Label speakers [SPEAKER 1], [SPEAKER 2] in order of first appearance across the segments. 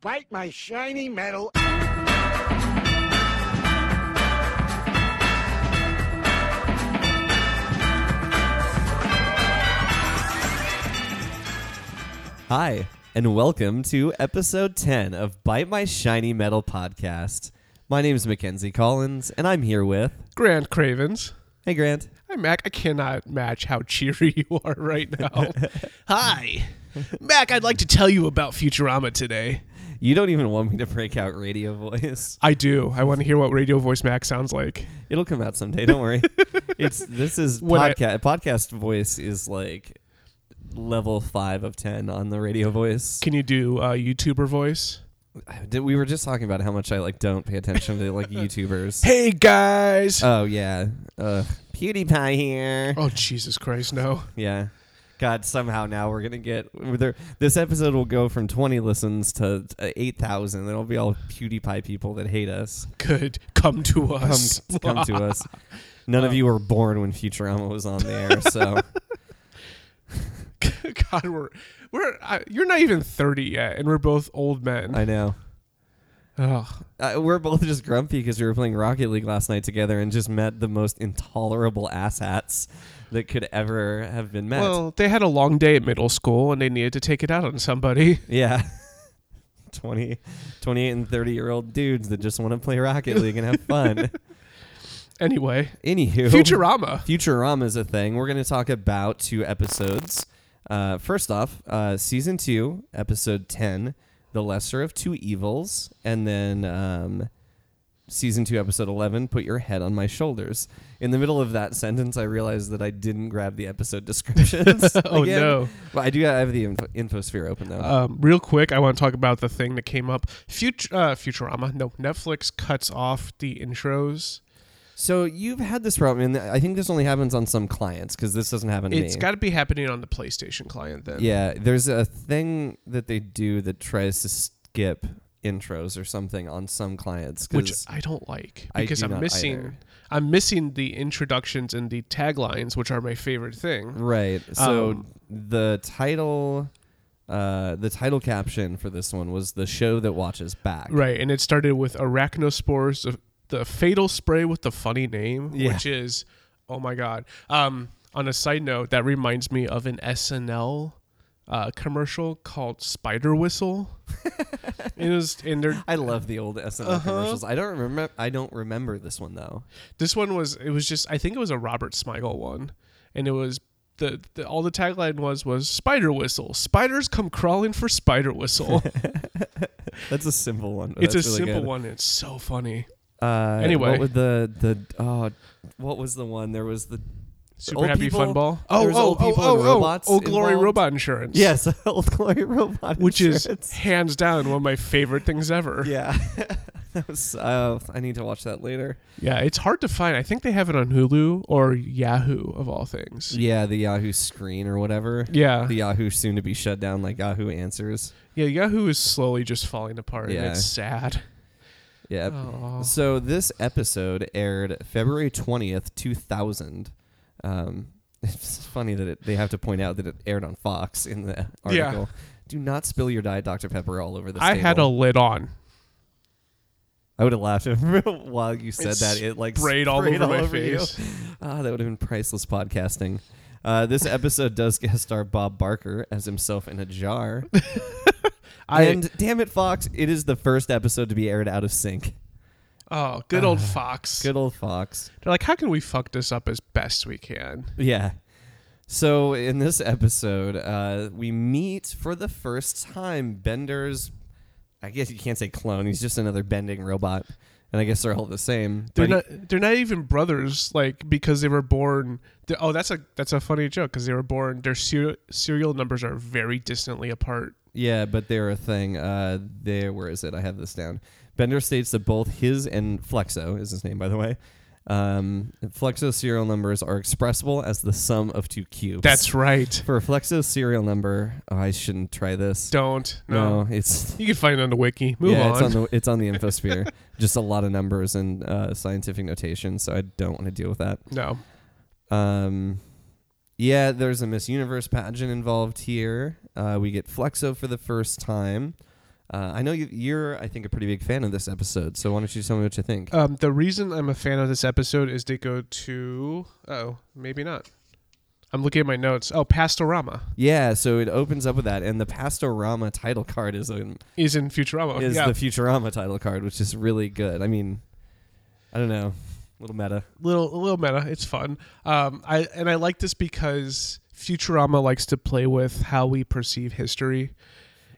[SPEAKER 1] Despite my shiny medal.
[SPEAKER 2] Hi, and welcome to episode 10 of Bite My Shiny Metal podcast. My name is Mackenzie Collins, and I'm here with.
[SPEAKER 3] Grant Cravens.
[SPEAKER 2] Hey, Grant.
[SPEAKER 3] Hi, Mac. I cannot match how cheery you are right now. Hi. Mac, I'd like to tell you about Futurama today.
[SPEAKER 2] You don't even want me to break out radio voice.
[SPEAKER 3] I do. I want to hear what radio voice Mac sounds like.
[SPEAKER 2] It'll come out someday, don't worry. it's This is
[SPEAKER 3] When I-
[SPEAKER 2] podcast. podcast voice is like level 5 of 10 on the radio voice.
[SPEAKER 3] Can you do uh, YouTuber voice?
[SPEAKER 2] Did- We were just talking about how much I like don't pay attention to like YouTubers.
[SPEAKER 3] Hey, guys.
[SPEAKER 2] Oh, yeah. Uh, PewDiePie here.
[SPEAKER 3] oh, Jesus Christ, no.
[SPEAKER 2] Yeah. God, somehow now we're gonna get there. This episode will go from twenty listens to uh, eight thousand. It'll be all PewDiePie people that hate us
[SPEAKER 3] Good. Come to
[SPEAKER 2] come
[SPEAKER 3] us.
[SPEAKER 2] come to us. None
[SPEAKER 3] Uh.
[SPEAKER 2] of you were born when Futurama was on the air, so
[SPEAKER 3] God, we're. We're, uh, you're not even 30 yet, and we're both old men.
[SPEAKER 2] I know
[SPEAKER 3] Ugh.
[SPEAKER 2] uh, we're both just grumpy because we were playing Rocket League last night together and just met the most intolerable asshats that could ever have been met.
[SPEAKER 3] Well, they had a long day at middle school, and they needed to take it out on somebody.
[SPEAKER 2] Yeah. 20, 28 and 30 year old dudes that just want to play Rocket League and have fun.
[SPEAKER 3] Anyway,
[SPEAKER 2] Anywho.
[SPEAKER 3] Futurama.
[SPEAKER 2] Futurama is a thing. We're going to talk about two episodes. Uh, first off, uh, season two, episode 10, The Lesser of Two Evils. And then um, season two, episode 11, Put Your Head on My Shoulders. In the middle of that sentence, I realized that I didn't grab the episode descriptions.
[SPEAKER 3] Oh,
[SPEAKER 2] again.
[SPEAKER 3] no.
[SPEAKER 2] Well, I do have the info- infosphere open, though.
[SPEAKER 3] Um, real quick, I want to talk about the thing that came up. Future, uh, Futurama. No, Netflix cuts off the intros.
[SPEAKER 2] so you've had this problem, and I think this only happens on some clients because this doesn't happen to me.
[SPEAKER 3] It's got to be happening on the PlayStation client then.
[SPEAKER 2] Yeah, there's a thing that they do that tries to skip intros or something on some clients. 'cause-
[SPEAKER 3] Which I don't like
[SPEAKER 2] I
[SPEAKER 3] because
[SPEAKER 2] do
[SPEAKER 3] I'm
[SPEAKER 2] not
[SPEAKER 3] missing
[SPEAKER 2] either.
[SPEAKER 3] I'm missing the introductions and the taglines, which are my favorite thing.
[SPEAKER 2] right. So
[SPEAKER 3] Um,
[SPEAKER 2] the title, uh, the title caption for this one was "The Show That Watches Back."
[SPEAKER 3] Right, and it started with arachnospores, the, the fatal spray with the funny name,
[SPEAKER 2] Yeah.
[SPEAKER 3] which is oh my god. Um, on a side note, that reminds me of an SNL uh, commercial called Spider Whistle. it was, and they're
[SPEAKER 2] I love the old SNL
[SPEAKER 3] Uh-huh.
[SPEAKER 2] commercials. I don't remember. I don't remember this one though.
[SPEAKER 3] This one was it was just I think it was a Robert Smigel one, and it was the, the all the tagline was was spider whistle. Spiders come crawling for spider whistle.
[SPEAKER 2] That's a simple one. but
[SPEAKER 3] it's a
[SPEAKER 2] that's really
[SPEAKER 3] simple
[SPEAKER 2] good.
[SPEAKER 3] one. It's so funny.
[SPEAKER 2] Uh,
[SPEAKER 3] Anyway.
[SPEAKER 2] what was the the oh, what was the one? There was the
[SPEAKER 3] Super
[SPEAKER 2] old
[SPEAKER 3] happy
[SPEAKER 2] people-
[SPEAKER 3] fun ball.
[SPEAKER 2] there was old people and robots
[SPEAKER 3] old oh, glory
[SPEAKER 2] involved.
[SPEAKER 3] robot insurance.
[SPEAKER 2] yes, old glory robot,
[SPEAKER 3] which
[SPEAKER 2] insurance.
[SPEAKER 3] is hands down one of my favorite things ever.
[SPEAKER 2] Yeah. that was, uh, I need to watch that later.
[SPEAKER 3] Yeah, it's hard to find. I think they have it on Hulu or Yahoo of all things.
[SPEAKER 2] Yeah, the Yahoo screen or whatever.
[SPEAKER 3] Yeah,
[SPEAKER 2] The Yahoo soon to be shut down, like Yahoo Answers.
[SPEAKER 3] yeah. Yahoo is slowly just falling apart,
[SPEAKER 2] Yeah.
[SPEAKER 3] and it's sad.
[SPEAKER 2] Yep.
[SPEAKER 3] Aw.
[SPEAKER 2] So this episode aired February 20th, 2000. Um, it's funny that it, they have to point out that it aired on Fox in the article. Do not spill your Diet Dr. Pepper all over the
[SPEAKER 3] I had a lid on.
[SPEAKER 2] I would have laughed if, while you said
[SPEAKER 3] It
[SPEAKER 2] that. It like
[SPEAKER 3] sprayed all over my
[SPEAKER 2] you.
[SPEAKER 3] face.
[SPEAKER 2] Ah, that would have been priceless podcasting. Uh, this episode does guest star Bob Barker as himself in a jar.
[SPEAKER 3] I-
[SPEAKER 2] and damn it, Fox, it is the first episode to be aired out of sync.
[SPEAKER 3] Oh, good old Fox.
[SPEAKER 2] Good old Fox.
[SPEAKER 3] They're like, how can we fuck this up as best we can?
[SPEAKER 2] Yeah. So in this episode, uh, we meet for the first time Bender's. I guess you can't say clone. He's just another bending robot, and I guess they're all the same.
[SPEAKER 3] They're
[SPEAKER 2] But he-
[SPEAKER 3] not. They're not even brothers, like because they were born. th- Oh, that's a that's a funny joke because they were born. Their ser- serial numbers are very distantly apart.
[SPEAKER 2] Yeah, but they're a thing. Uh, there, where is it? I have this down. Bender states that both his and Flexo is his name, by the way. Um, Flexo's serial numbers are expressible as the sum of two cubes.
[SPEAKER 3] That's right.
[SPEAKER 2] for a Flexo serial number. Oh, I shouldn't try this.
[SPEAKER 3] Don't no.
[SPEAKER 2] it's
[SPEAKER 3] You can find it on the wiki. Move
[SPEAKER 2] yeah,
[SPEAKER 3] on.
[SPEAKER 2] it's on the it's on the infosphere. Just a lot of numbers and uh, scientific notation, so I don't want to deal with that.
[SPEAKER 3] no.
[SPEAKER 2] Um, yeah, there's a Miss Universe pageant involved here. Uh, we get Flexo for the first time. Uh, I know you, you're, I think, a pretty big fan of this episode. So why don't you tell me what you think?
[SPEAKER 3] Um, the reason I'm a fan of this episode is they go to oh maybe not. I'm looking at my notes. Oh, Pastorama
[SPEAKER 2] yeah. So it opens up with that, and the Pastorama title card is an,
[SPEAKER 3] is in Futurama.
[SPEAKER 2] is
[SPEAKER 3] Oh, yeah,
[SPEAKER 2] the Futurama title card, which is really good. I mean, I don't know, little meta.
[SPEAKER 3] little a little meta. It's fun. Um, I and I like this because Futurama likes to play with how we perceive history.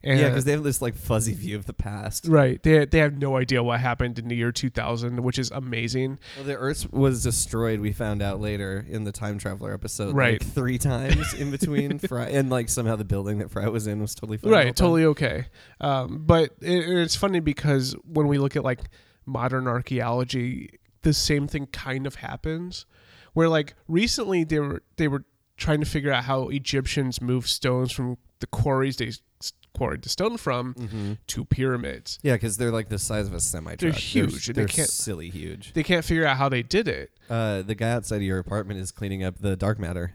[SPEAKER 3] And
[SPEAKER 2] Yeah, because they have this like fuzzy view of the past.
[SPEAKER 3] right, they they have no idea what happened in the year 2000, which is amazing.
[SPEAKER 2] Well, the Earth was destroyed. We found out later in the time traveler episode,
[SPEAKER 3] Right.
[SPEAKER 2] Like three times in between Fry, and like somehow the building that Fry was in was totally fine the whole
[SPEAKER 3] right
[SPEAKER 2] time.
[SPEAKER 3] totally okay um, but it, it's funny because when we look at like modern archaeology the same thing kind of happens where like recently they were they were trying to figure out how egyptians moved stones from the quarries they s- quarried the stone from
[SPEAKER 2] Mm-hmm.
[SPEAKER 3] to pyramids
[SPEAKER 2] Yeah, because they're like the size of a semi truck.
[SPEAKER 3] They're huge,
[SPEAKER 2] They're,
[SPEAKER 3] and they can't-
[SPEAKER 2] silly huge.
[SPEAKER 3] they can't figure out how they did it
[SPEAKER 2] Uh, the guy outside of your apartment is cleaning up the dark matter.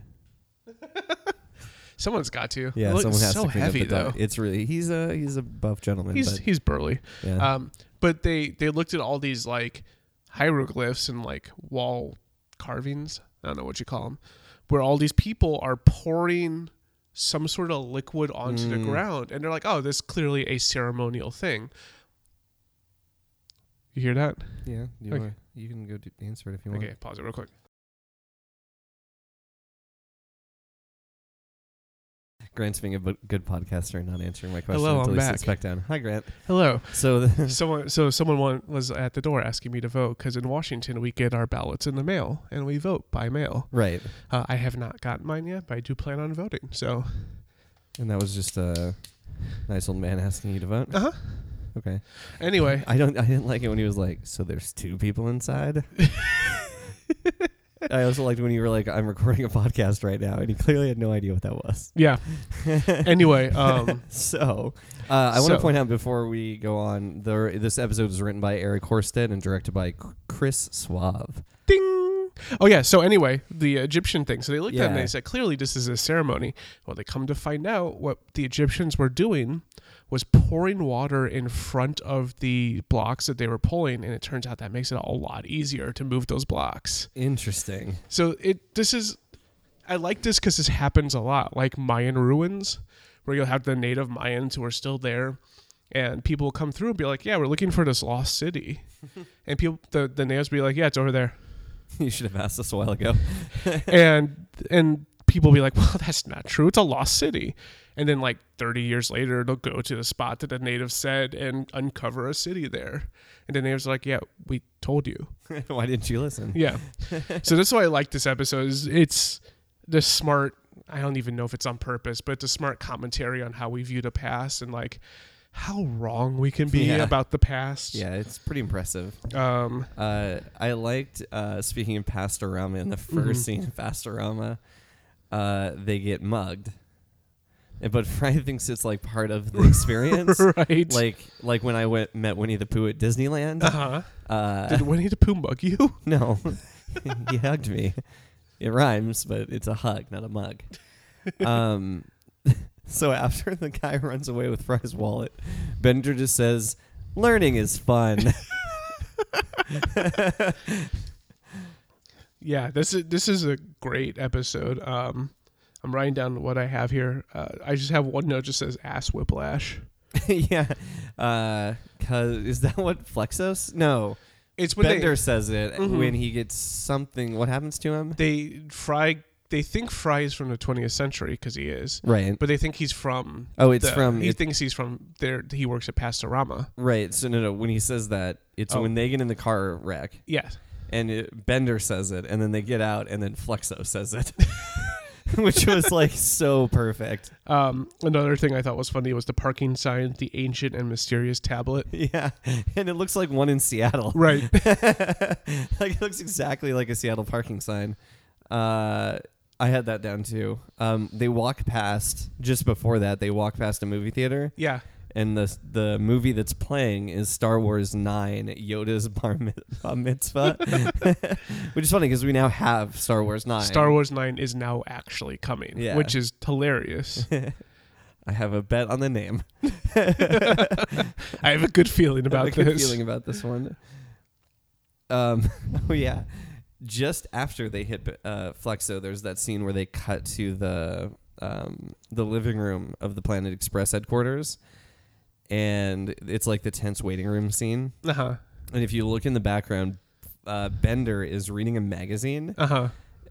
[SPEAKER 3] someone's got to
[SPEAKER 2] Yeah,
[SPEAKER 3] It looks
[SPEAKER 2] someone has
[SPEAKER 3] so
[SPEAKER 2] to clean
[SPEAKER 3] heavy
[SPEAKER 2] up the
[SPEAKER 3] though
[SPEAKER 2] dark. It's really he's a he's a buff gentleman.
[SPEAKER 3] he's
[SPEAKER 2] but,
[SPEAKER 3] he's burly
[SPEAKER 2] yeah.
[SPEAKER 3] Um, but they they looked at all these like hieroglyphs and like wall carvings. I don't know what you call them, where all these people are pouring some sort of liquid onto
[SPEAKER 2] Mm.
[SPEAKER 3] the ground, and they're like, "Oh, this is clearly a ceremonial thing." You hear that?
[SPEAKER 2] yeah. You,
[SPEAKER 3] okay.
[SPEAKER 2] wanna- you can go do, answer it if you want.
[SPEAKER 3] Okay, pause it real quick.
[SPEAKER 2] Grant's being a bu- good podcaster and not answering my question
[SPEAKER 3] Hello,
[SPEAKER 2] until
[SPEAKER 3] I'm
[SPEAKER 2] he
[SPEAKER 3] back.
[SPEAKER 2] sits back down. Hi, Grant.
[SPEAKER 3] Hello.
[SPEAKER 2] So the,
[SPEAKER 3] Someone, so someone wa- was at the door asking me to vote because in Washington we get our ballots in the mail and we vote by mail.
[SPEAKER 2] right,
[SPEAKER 3] Uh, I have not gotten mine yet, but I do plan on voting. So,
[SPEAKER 2] and that was just a nice old man asking you to vote.
[SPEAKER 3] uh huh.
[SPEAKER 2] Okay.
[SPEAKER 3] Anyway,
[SPEAKER 2] I don't. I didn't like it when he was like, "So there's two people inside." I also liked when you were like, "I'm recording a podcast right now," and he clearly had no idea what that was.
[SPEAKER 3] Yeah. anyway, um,
[SPEAKER 2] So, uh, I want to
[SPEAKER 3] So-
[SPEAKER 2] point out before we go on, there, this episode was written by Eric Horsted and directed by C- Chris Suave.
[SPEAKER 3] ding. Oh yeah. So anyway, the Egyptian thing. So they looked at it and
[SPEAKER 2] Yeah.
[SPEAKER 3] they said, clearly this is a ceremony. Well, they come to find out what the Egyptians were doing was pouring water in front of the blocks that they were pulling, and it turns out that makes it a lot easier to move those blocks.
[SPEAKER 2] Interesting.
[SPEAKER 3] So it this is I like this because this happens a lot, like Mayan ruins, where you'll have the native Mayans who are still there, and people will come through and be like, "Yeah, we're looking for this lost city," and people the the natives will be like, "Yeah, it's over there,"
[SPEAKER 2] you should have asked us a while ago.
[SPEAKER 3] and and people will be like, "Well, that's not true. It's a lost city," and then like thirty years later, they'll go to the spot that the natives said and uncover a city there, and the natives are like, "Yeah, we told you."
[SPEAKER 2] Why didn't you listen?
[SPEAKER 3] Yeah. so that's why I like this episode. Is it's the smart. I don't even know if it's on purpose, but it's a smart commentary on how we view the past and like how wrong we can be
[SPEAKER 2] Yeah.
[SPEAKER 3] about the past.
[SPEAKER 2] Yeah, it's pretty impressive.
[SPEAKER 3] Um.
[SPEAKER 2] Uh, I liked uh, speaking of Pastorama in the 1st scene of Pastorama, uh, they get mugged, And- but Fry thinks it's like part of the experience.
[SPEAKER 3] Right.
[SPEAKER 2] Like like when I went met Winnie the Pooh at Disneyland.
[SPEAKER 3] Uh huh.
[SPEAKER 2] Uh,
[SPEAKER 3] Did Winnie the Pooh mug you?
[SPEAKER 2] no, he hugged me. It rhymes, but it's a hug, not a mug. Um, so after the guy runs away with Fry's wallet, Bender just says, "Learning is fun."
[SPEAKER 3] Yeah. This is this is a great episode. Um. I'm writing down what I have here. Uh, I just have one note that just says ass whiplash.
[SPEAKER 2] yeah. Uh, cause is that what Flexos? No,
[SPEAKER 3] It's when
[SPEAKER 2] Bender says it
[SPEAKER 3] Mhm.
[SPEAKER 2] when he gets something. What happens to him?
[SPEAKER 3] they they fry they think Fry is from the 20th century because he is,
[SPEAKER 2] Right.
[SPEAKER 3] but they think he's from
[SPEAKER 2] Oh, it's
[SPEAKER 3] the-
[SPEAKER 2] from
[SPEAKER 3] He
[SPEAKER 2] it-
[SPEAKER 3] thinks he's from there. He works at Pastorama.
[SPEAKER 2] right. So no, no. When he says that, it's
[SPEAKER 3] Oh.
[SPEAKER 2] when they get in the car wreck,
[SPEAKER 3] Yeah,
[SPEAKER 2] and it, Bender says it, and then they get out, and then Flexo says it, which was like so perfect.
[SPEAKER 3] Um, another thing I thought was funny was the parking sign, the ancient and mysterious tablet.
[SPEAKER 2] Yeah, and it looks like one in Seattle.
[SPEAKER 3] Right.
[SPEAKER 2] like it looks exactly like a Seattle parking sign. Uh, I had that down too. Um, they walk past just before that. They walk past a movie theater,
[SPEAKER 3] yeah.
[SPEAKER 2] and the the movie that's playing is Star Wars Nine: Yoda's Bar, Mit- Bar Mitzvah, which is funny because we now have Star Wars Nine.
[SPEAKER 3] Star Wars Nine is now actually coming,
[SPEAKER 2] Yeah.
[SPEAKER 3] which is hilarious.
[SPEAKER 2] I have a bet on the name.
[SPEAKER 3] I have a good feeling
[SPEAKER 2] I
[SPEAKER 3] about
[SPEAKER 2] have a good
[SPEAKER 3] this.
[SPEAKER 2] feeling about this one. Um, oh yeah, just after they hit uh, Flexo, there's that scene where they cut to the um, the living room of the Planet Express headquarters, and it's like the tense waiting room scene.
[SPEAKER 3] Uh huh.
[SPEAKER 2] And if you look in the background, uh, Bender is reading a magazine
[SPEAKER 3] Uh huh.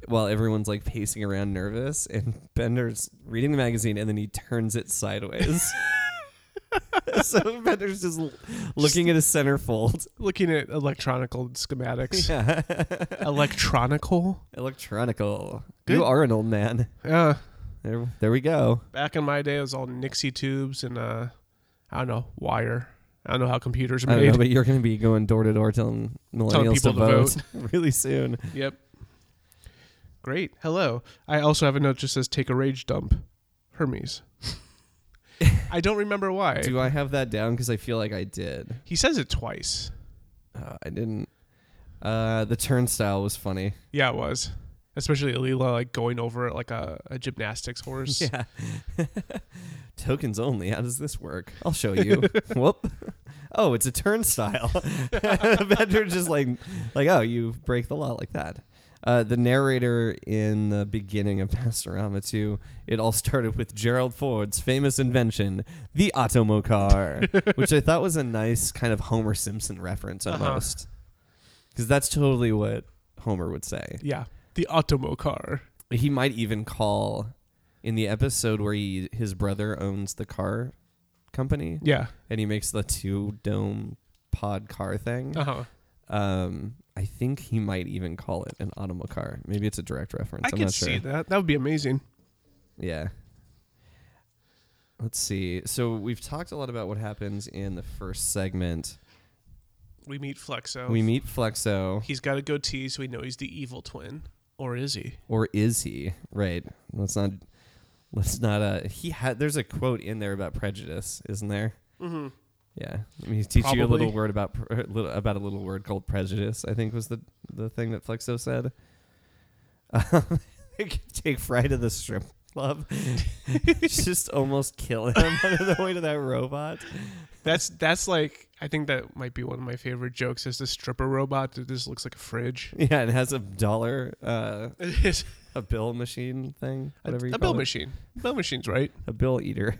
[SPEAKER 2] while everyone's like pacing around nervous, and Bender's reading the magazine, and then he turns it sideways. so Bender's just l- looking at a centerfold.
[SPEAKER 3] Looking at electronical schematics.
[SPEAKER 2] Yeah.
[SPEAKER 3] Electronical.
[SPEAKER 2] Electronical.
[SPEAKER 3] Good.
[SPEAKER 2] You are an old man.
[SPEAKER 3] Yeah.
[SPEAKER 2] There, there we go.
[SPEAKER 3] Back in my day, it was all Nixie tubes and uh, I don't know wire. I don't know how computers are
[SPEAKER 2] I don't know,
[SPEAKER 3] made.
[SPEAKER 2] but you're going to be going door to door telling millennials
[SPEAKER 3] people
[SPEAKER 2] to,
[SPEAKER 3] to
[SPEAKER 2] vote, really soon.
[SPEAKER 3] yep. Great. Hello. I also have a note that just says take a rage dump. Hermes. I don't remember why.
[SPEAKER 2] Do I have that down? Because I feel like I did.
[SPEAKER 3] he says it twice.
[SPEAKER 2] Uh, I didn't. Uh, the turnstile was funny.
[SPEAKER 3] Yeah, it was. Especially Alila like going over it like a, a gymnastics horse.
[SPEAKER 2] Yeah. Tokens only. How does this work? I'll show you. Whoop. Oh, it's a turnstile. Bender just like, like, oh, you break the law like that. Uh, the narrator in the beginning of Pastorama 2, it all started with Gerald Ford's famous invention, the Automocar, which I thought was a nice kind of Homer Simpson reference
[SPEAKER 3] Uh-huh.
[SPEAKER 2] almost. Because that's totally what Homer would say
[SPEAKER 3] Yeah. The Automo car.
[SPEAKER 2] he might even call in the episode where he his brother owns the car company
[SPEAKER 3] Yeah.
[SPEAKER 2] and he makes the two dome pod car thing.
[SPEAKER 3] Uh huh.
[SPEAKER 2] Um, I think he might even call it an automo car. Maybe it's a direct reference.
[SPEAKER 3] I
[SPEAKER 2] am
[SPEAKER 3] can
[SPEAKER 2] not sure.
[SPEAKER 3] see that. That would be amazing.
[SPEAKER 2] Yeah. Let's see. So we've talked a lot about what happens in the first segment.
[SPEAKER 3] We meet Flexo.
[SPEAKER 2] We meet Flexo,
[SPEAKER 3] He's got a goatee, so we know he's the evil twin. Or is he?
[SPEAKER 2] or is he? Right. Let's not. Let's not. Uh, he had. There's a quote in there about prejudice, isn't there?
[SPEAKER 3] Mm-hmm.
[SPEAKER 2] Yeah, let me teach you a
[SPEAKER 3] Probably.
[SPEAKER 2] little word about pr- uh, little, about a little word called prejudice. I think was the the thing that Flexo said. Um, they could take Fry to the strip club, just almost kill him on the way to that robot.
[SPEAKER 3] That's that's like I think that might be one of my favorite jokes is the stripper robot that just looks like a fridge.
[SPEAKER 2] Yeah, it has a dollar, uh,
[SPEAKER 3] It is
[SPEAKER 2] a bill machine thing,
[SPEAKER 3] a,
[SPEAKER 2] whatever you
[SPEAKER 3] a
[SPEAKER 2] call
[SPEAKER 3] bill
[SPEAKER 2] it.
[SPEAKER 3] machine. Bill machine's right.
[SPEAKER 2] a bill eater.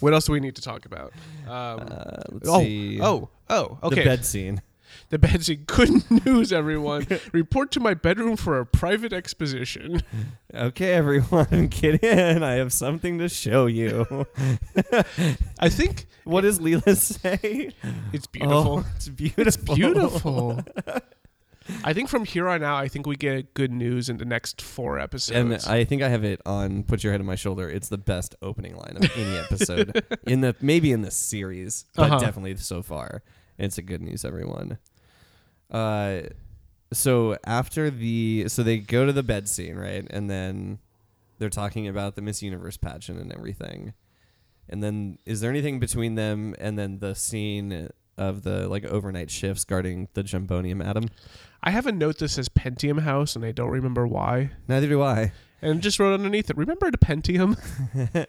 [SPEAKER 3] What else do we need to talk about? Um,
[SPEAKER 2] Uh, let's
[SPEAKER 3] oh,
[SPEAKER 2] see.
[SPEAKER 3] oh, oh, okay.
[SPEAKER 2] the bed scene.
[SPEAKER 3] The bed scene. Good news, everyone. Report to my bedroom for a private exposition.
[SPEAKER 2] Okay, everyone, get in. I have something to show you.
[SPEAKER 3] I think
[SPEAKER 2] what does Leela say?
[SPEAKER 3] it's beautiful.
[SPEAKER 2] Oh, it's beautiful.
[SPEAKER 3] Beautiful. I think from here on out, I think we get good news in the next four
[SPEAKER 2] And
[SPEAKER 3] episodes.
[SPEAKER 2] I think I have it on "Put Your Head on My Shoulder." It's the best opening line of any episode in the maybe in the series, but
[SPEAKER 3] Uh-huh.
[SPEAKER 2] definitely so far. It's a good news, everyone. Uh, so after the so they go to the bed scene, right, and then they're talking about the Miss Universe pageant and everything. And then is there anything between them and then the scene of the like overnight shifts guarding the Jumbonium atom?
[SPEAKER 3] I have a note that says Pentium House, and I don't remember why.
[SPEAKER 2] Neither do I.
[SPEAKER 3] And just wrote underneath it, remember the Pentium?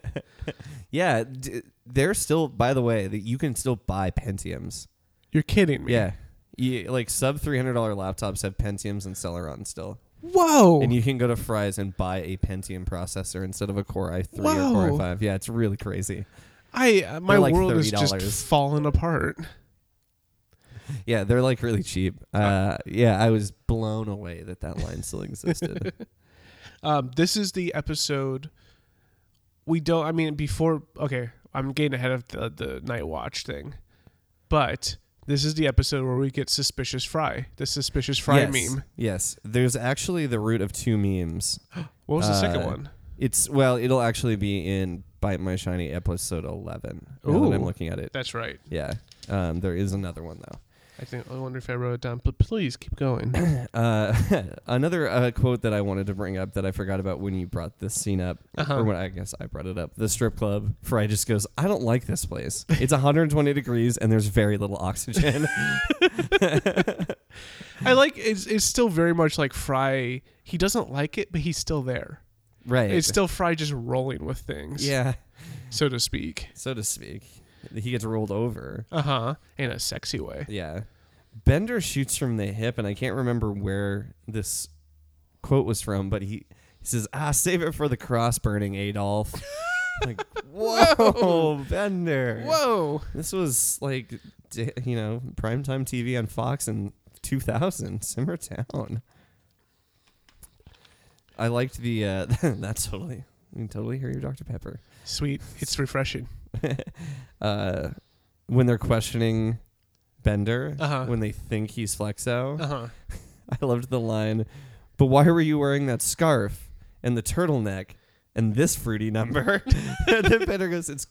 [SPEAKER 2] Yeah, d- they're still. By the way, that you can still buy Pentiums.
[SPEAKER 3] You're kidding me.
[SPEAKER 2] Yeah, you, like sub three hundred dollar laptops have Pentiums and Celeron still,
[SPEAKER 3] Whoa.
[SPEAKER 2] and you can go to Fry's and buy a Pentium processor instead of a Core i three or
[SPEAKER 3] Wow.
[SPEAKER 2] Core i five. Yeah, it's really crazy.
[SPEAKER 3] I uh, my
[SPEAKER 2] They're like
[SPEAKER 3] world is
[SPEAKER 2] $30.
[SPEAKER 3] just falling apart.
[SPEAKER 2] Yeah, they're like really cheap. Uh, yeah, I was blown away that that line still existed.
[SPEAKER 3] Um, this is the episode we don't. I mean, before okay, I'm getting ahead of the, the night watch thing, but this is the episode where we get suspicious Fry, the suspicious Fry
[SPEAKER 2] yes,
[SPEAKER 3] meme.
[SPEAKER 2] Yes, there's actually the root of two memes.
[SPEAKER 3] What was the second
[SPEAKER 2] Uh,
[SPEAKER 3] one?
[SPEAKER 2] It's well, it'll actually be in Bite My Shiny episode eleven. Now that I'm
[SPEAKER 3] Ooh.
[SPEAKER 2] looking at it.
[SPEAKER 3] That's right.
[SPEAKER 2] Yeah. Um, there is another one though.
[SPEAKER 3] I think I wonder if I wrote it down, but please keep going.
[SPEAKER 2] Uh, another uh, quote that I wanted to bring up that I forgot about when you brought this scene up,
[SPEAKER 3] Uh-huh.
[SPEAKER 2] or when I guess I brought it up. The strip club. Fry just goes, "I don't like this place. It's 120 degrees and there's very little oxygen."
[SPEAKER 3] I like it's it's still very much like Fry. He doesn't like it, but he's still there.
[SPEAKER 2] Right.
[SPEAKER 3] It's still Fry just rolling with things,
[SPEAKER 2] yeah,
[SPEAKER 3] so to speak.
[SPEAKER 2] so to speak. He gets rolled over.
[SPEAKER 3] Uh huh. In a sexy way.
[SPEAKER 2] Yeah. Bender shoots from the hip, and I can't remember where this quote was from, but he, he says, "Ah, save it for the cross burning, Adolf." like, whoa, Bender!
[SPEAKER 3] Whoa.
[SPEAKER 2] This was like, d- you know, primetime TV on Fox in 2000, Simmer Town. I liked the. Uh, that's totally. I can totally hear your Dr. Pepper
[SPEAKER 3] Sweet. It's refreshing.
[SPEAKER 2] uh, when they're questioning Bender,
[SPEAKER 3] Uh-huh.
[SPEAKER 2] when they think he's Flexo.
[SPEAKER 3] Uh huh.
[SPEAKER 2] I loved the line, but why were you wearing that scarf and the turtleneck and this fruity number? and then Bender goes, it's,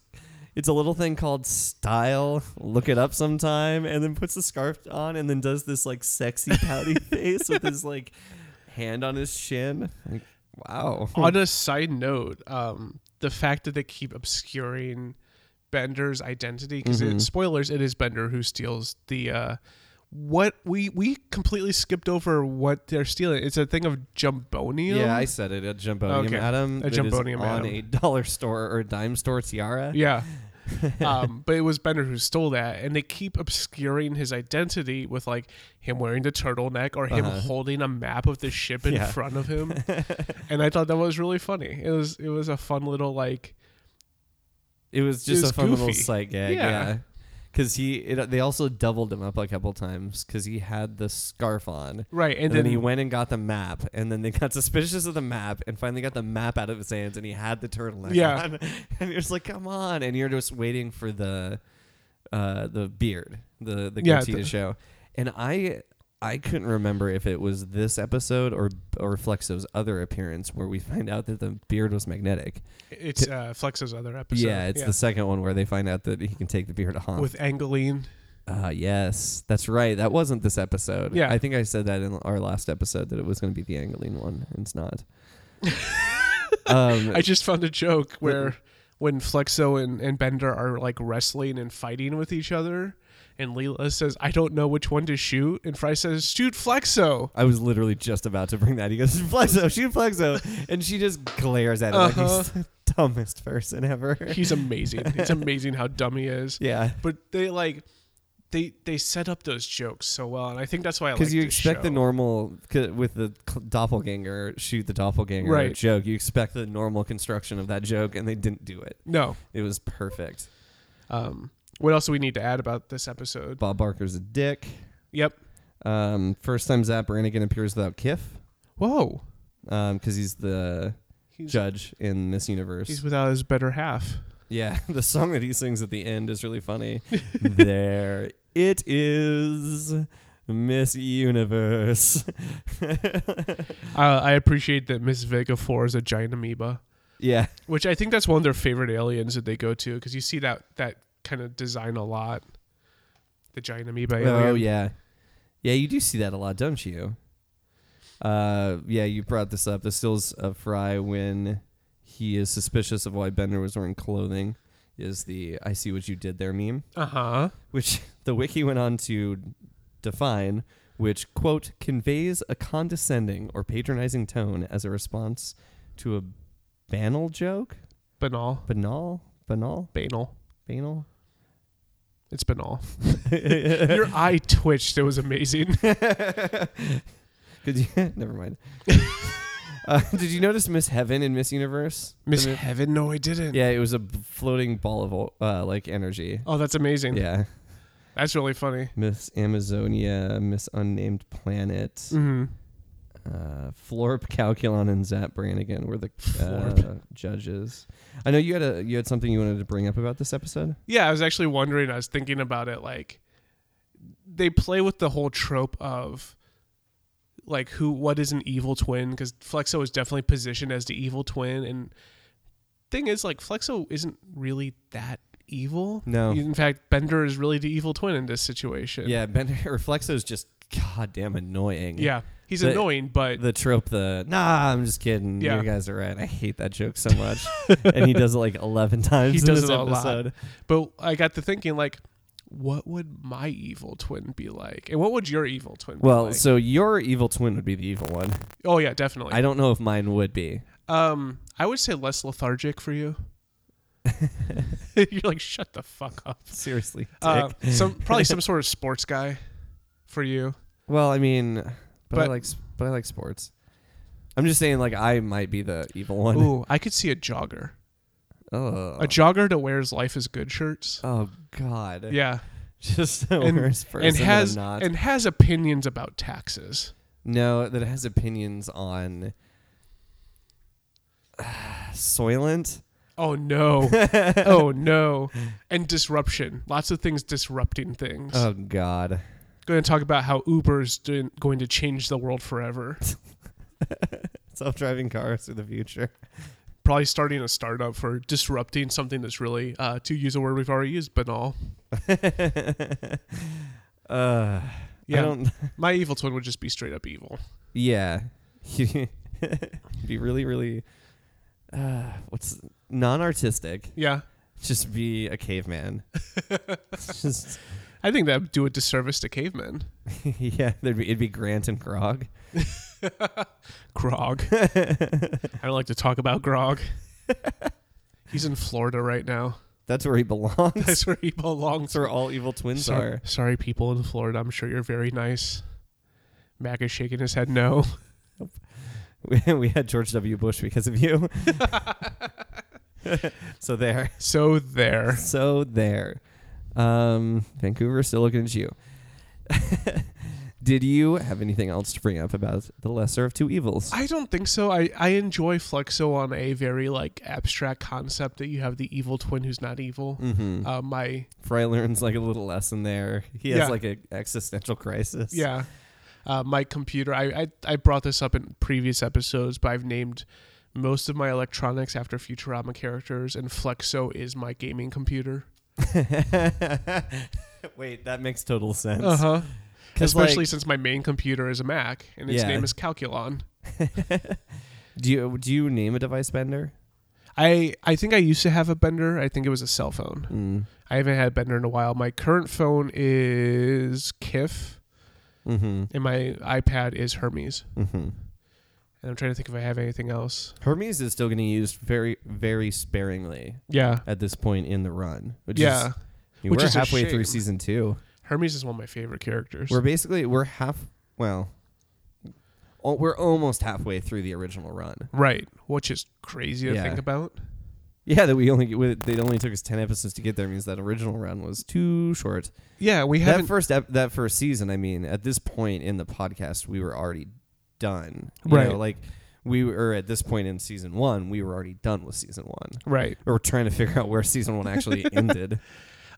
[SPEAKER 2] it's a little thing called style. Look it up sometime. And then puts the scarf on and then does this like sexy pouty face with his like hand on his shin. Like, wow.
[SPEAKER 3] On a side note, um, the fact that they keep obscuring Bender's identity because
[SPEAKER 2] Mm-hmm.
[SPEAKER 3] it spoilers it is Bender who steals the uh, what we we completely skipped over what they're stealing. It's a thing of jumbonium.
[SPEAKER 2] Yeah, I said it. A jumbonium
[SPEAKER 3] Okay.
[SPEAKER 2] Adam.
[SPEAKER 3] A
[SPEAKER 2] that is
[SPEAKER 3] Jumbonium
[SPEAKER 2] on
[SPEAKER 3] Atom.
[SPEAKER 2] a dollar store or a dime store tiara.
[SPEAKER 3] Yeah. um, but it was Bender who stole that, and they keep obscuring his identity with like him wearing the turtleneck or him
[SPEAKER 2] Uh-huh.
[SPEAKER 3] holding a map of the ship in
[SPEAKER 2] Yeah.
[SPEAKER 3] front of him. and I thought that was really funny. It was it was a fun little like
[SPEAKER 2] It was just
[SPEAKER 3] was
[SPEAKER 2] a fun little
[SPEAKER 3] goofy.
[SPEAKER 2] sight gag,
[SPEAKER 3] Yeah.
[SPEAKER 2] yeah. Because he, it, they also doubled him up a couple times because he had the scarf on,
[SPEAKER 3] right, and,
[SPEAKER 2] and, then, he went and got the map, and then they got suspicious of the map, and finally got the map out of his hands, and he had the turtleneck
[SPEAKER 3] Yeah.
[SPEAKER 2] on, and you're just like, come on, and you're just waiting for the, uh, the beard, the the
[SPEAKER 3] Yeah,
[SPEAKER 2] goatee
[SPEAKER 3] the-
[SPEAKER 2] to show, and I. I couldn't remember if it was this episode or or Flexo's other appearance where we find out that the beard was magnetic.
[SPEAKER 3] It's uh, Flex's other episode.
[SPEAKER 2] yeah, it's the second one where they find out that he can take the beard off.
[SPEAKER 3] with Angeline.
[SPEAKER 2] Ah, yes, that's right. That wasn't this episode.
[SPEAKER 3] Yeah.
[SPEAKER 2] I think I said that in our last episode that it was going to be the Angeline one, and it's not. um,
[SPEAKER 3] I just found a joke where when Flexo and, and Bender are like wrestling and fighting with each other, and Leela says, "I don't know which one to shoot," and Fry says, "Shoot Flexo."
[SPEAKER 2] I was literally just about to bring that. He goes, Flexo, shoot Flexo. And she just glares at him like he's
[SPEAKER 3] Uh-huh.
[SPEAKER 2] the dumbest person ever.
[SPEAKER 3] He's amazing. it's amazing how dumb he is.
[SPEAKER 2] Yeah.
[SPEAKER 3] But they like they they set up those jokes so well, and I think that's why I
[SPEAKER 2] Because
[SPEAKER 3] like
[SPEAKER 2] you
[SPEAKER 3] this
[SPEAKER 2] expect the
[SPEAKER 3] show.
[SPEAKER 2] normal, 'cause with the cl- doppelganger, shoot the doppelganger
[SPEAKER 3] Right.
[SPEAKER 2] joke, you expect the normal construction of that joke, and they didn't do it.
[SPEAKER 3] No.
[SPEAKER 2] It was perfect.
[SPEAKER 3] Um, what else do we need to add about this episode?
[SPEAKER 2] Bob Barker's a dick.
[SPEAKER 3] Yep.
[SPEAKER 2] Um, first time Zap Brannigan appears without Kiff.
[SPEAKER 3] Whoa.
[SPEAKER 2] because he's the
[SPEAKER 3] He's,
[SPEAKER 2] judge in Miss Universe.
[SPEAKER 3] he's without his better half.
[SPEAKER 2] yeah, the song that he sings at the end is really funny. there it is, Miss Universe.
[SPEAKER 3] Uh, I appreciate that Miss Vega 4 is a giant amoeba,
[SPEAKER 2] yeah,
[SPEAKER 3] which I think that's one of their favorite aliens that they go to because you see that that kind of design a lot. The giant amoeba alien.
[SPEAKER 2] Oh yeah, yeah. You do see that a lot, don't you? Uh, yeah. You brought this up. The stills of Fry when he is suspicious of why Bender was wearing clothing is the "I see what you did there" meme,
[SPEAKER 3] Uh huh.
[SPEAKER 2] which the wiki went on to define, which quote conveys a condescending or patronizing tone as a response to a banal joke,
[SPEAKER 3] Banal.
[SPEAKER 2] banal, banal,
[SPEAKER 3] Banal.
[SPEAKER 2] banal.
[SPEAKER 3] It's banal. Your eye twitched. It was amazing.
[SPEAKER 2] Did you? Never mind. uh, did you notice Miss Heaven in Miss Universe?
[SPEAKER 3] Miss
[SPEAKER 2] The mi-
[SPEAKER 3] Heaven? No, I didn't.
[SPEAKER 2] yeah, it was a b- floating ball of o- uh, like energy.
[SPEAKER 3] Oh, that's amazing.
[SPEAKER 2] Yeah,
[SPEAKER 3] That's really funny.
[SPEAKER 2] Miss Amazonia, Miss Unnamed Planet,
[SPEAKER 3] hmm
[SPEAKER 2] uh, Florp Calculon, and Zap Brannigan were the uh,
[SPEAKER 3] Florp.
[SPEAKER 2] judges. I know you had a you had something you wanted to bring up about this episode.
[SPEAKER 3] Yeah, I was actually wondering. I was thinking about it. Like, they play with the whole trope of like who, what is an evil twin? Because Flexo is definitely positioned as the evil twin. And thing is, like, Flexo isn't really that evil.
[SPEAKER 2] No.
[SPEAKER 3] In fact, Bender is really the evil twin in this situation.
[SPEAKER 2] Yeah, Bender Reflexo is just goddamn annoying.
[SPEAKER 3] Yeah. He's
[SPEAKER 2] The-
[SPEAKER 3] annoying, but
[SPEAKER 2] the trope the nah i'm just kidding
[SPEAKER 3] Yeah.
[SPEAKER 2] you guys are right i hate that joke so much and he does it like 11 times
[SPEAKER 3] He
[SPEAKER 2] in
[SPEAKER 3] does
[SPEAKER 2] this
[SPEAKER 3] it a lot.
[SPEAKER 2] episode
[SPEAKER 3] but I got to thinking like. What would my evil twin be like, and what would your evil twin?
[SPEAKER 2] well
[SPEAKER 3] be like?
[SPEAKER 2] so your evil twin would be the evil one
[SPEAKER 3] oh yeah, definitely.
[SPEAKER 2] i don't know if mine would be
[SPEAKER 3] Um, I would say less lethargic for you. You're like shut the fuck up.
[SPEAKER 2] Seriously.
[SPEAKER 3] Uh,
[SPEAKER 2] Dick.
[SPEAKER 3] some probably some sort of sports guy for you.
[SPEAKER 2] well, I mean, but, I
[SPEAKER 3] but-
[SPEAKER 2] like s- but I like sports. I'm just saying, like I might be the evil one.
[SPEAKER 3] Ooh, I could see a jogger,
[SPEAKER 2] Oh.
[SPEAKER 3] a jogger that wears "Life is Good" shirts.
[SPEAKER 2] oh God.
[SPEAKER 3] Yeah,
[SPEAKER 2] Just the
[SPEAKER 3] and,
[SPEAKER 2] worst person.
[SPEAKER 3] and
[SPEAKER 2] that I'm
[SPEAKER 3] has
[SPEAKER 2] not.
[SPEAKER 3] and has opinions about taxes.
[SPEAKER 2] No, that has opinions on Soylent.
[SPEAKER 3] Oh no, oh no, and disruption. Lots of things disrupting things.
[SPEAKER 2] Oh God.
[SPEAKER 3] going to talk about how Uber is doing, going to change the world forever.
[SPEAKER 2] Self-driving cars are the future.
[SPEAKER 3] Probably starting a startup for disrupting something that's really, uh, to use a word we've already used, banal.
[SPEAKER 2] uh, I
[SPEAKER 3] Yeah.
[SPEAKER 2] don't.
[SPEAKER 3] My evil twin would just be straight up evil.
[SPEAKER 2] Yeah. be really, really. Uh, what's non-artistic?
[SPEAKER 3] Yeah.
[SPEAKER 2] Just be a caveman. Just
[SPEAKER 3] I think that would do a disservice to cavemen.
[SPEAKER 2] yeah, there'd be it'd be Grant and Grog.
[SPEAKER 3] Grog. I don't like to talk about Grog. He's in Florida right now.
[SPEAKER 2] That's where he belongs.
[SPEAKER 3] That's where he belongs.
[SPEAKER 2] That's where all evil twins are.
[SPEAKER 3] Sorry, sorry, people in Florida. I'm sure you're very nice. Mac is shaking his head no.
[SPEAKER 2] we, we had George W. Bush because of you. so there.
[SPEAKER 3] So there.
[SPEAKER 2] So there. Um, Vancouver, still looking at you. Did you have anything else to bring up about the lesser of two evils?
[SPEAKER 3] I don't think so. I, I enjoy Fluxo on a very like abstract concept that you have the evil twin who's not evil.
[SPEAKER 2] mm-hmm.
[SPEAKER 3] Uh, my
[SPEAKER 2] Fry learns like a little lesson there. He has
[SPEAKER 3] Yeah.
[SPEAKER 2] like an existential crisis.
[SPEAKER 3] yeah, uh, my computer. I, I I brought this up in previous episodes, but I've named most of my electronics after Futurama characters, and Flexo is my gaming computer.
[SPEAKER 2] Wait, that makes total sense.
[SPEAKER 3] Uh huh.
[SPEAKER 2] Uh-huh. 'Cause,
[SPEAKER 3] Especially
[SPEAKER 2] like,
[SPEAKER 3] since my main computer is a Mac and its
[SPEAKER 2] Yeah.
[SPEAKER 3] name is Calculon.
[SPEAKER 2] do you do you name a device bender?
[SPEAKER 3] I I think I used to have a Bender. I think it was a cell phone.
[SPEAKER 2] Mm.
[SPEAKER 3] I haven't had a Bender in a while. My current phone is Kif.
[SPEAKER 2] hmm
[SPEAKER 3] and my iPad is Hermes.
[SPEAKER 2] Mm-hmm.
[SPEAKER 3] And I'm trying to think if I have anything else.
[SPEAKER 2] Hermes is still getting used very, very sparingly
[SPEAKER 3] Yeah,
[SPEAKER 2] at this point in the run. Which
[SPEAKER 3] yeah.
[SPEAKER 2] is, I mean,
[SPEAKER 3] which
[SPEAKER 2] we're
[SPEAKER 3] is a
[SPEAKER 2] halfway through
[SPEAKER 3] shame.
[SPEAKER 2] season two.
[SPEAKER 3] Hermes is one of my favorite characters.
[SPEAKER 2] We're basically we're half. Well, al- we're almost halfway through the original run.
[SPEAKER 3] right, which is crazy to
[SPEAKER 2] Yeah.
[SPEAKER 3] think about.
[SPEAKER 2] Yeah, that we only with they only took us ten episodes to get there means that original run was too short.
[SPEAKER 3] Yeah, we
[SPEAKER 2] That
[SPEAKER 3] haven't.
[SPEAKER 2] first ep- that first season, I mean, at this point in the podcast, we were already done. You
[SPEAKER 3] Right.
[SPEAKER 2] know, like we were at this point in season one, we were already done with season one.
[SPEAKER 3] right.
[SPEAKER 2] Or we're trying to figure out where season one actually ended.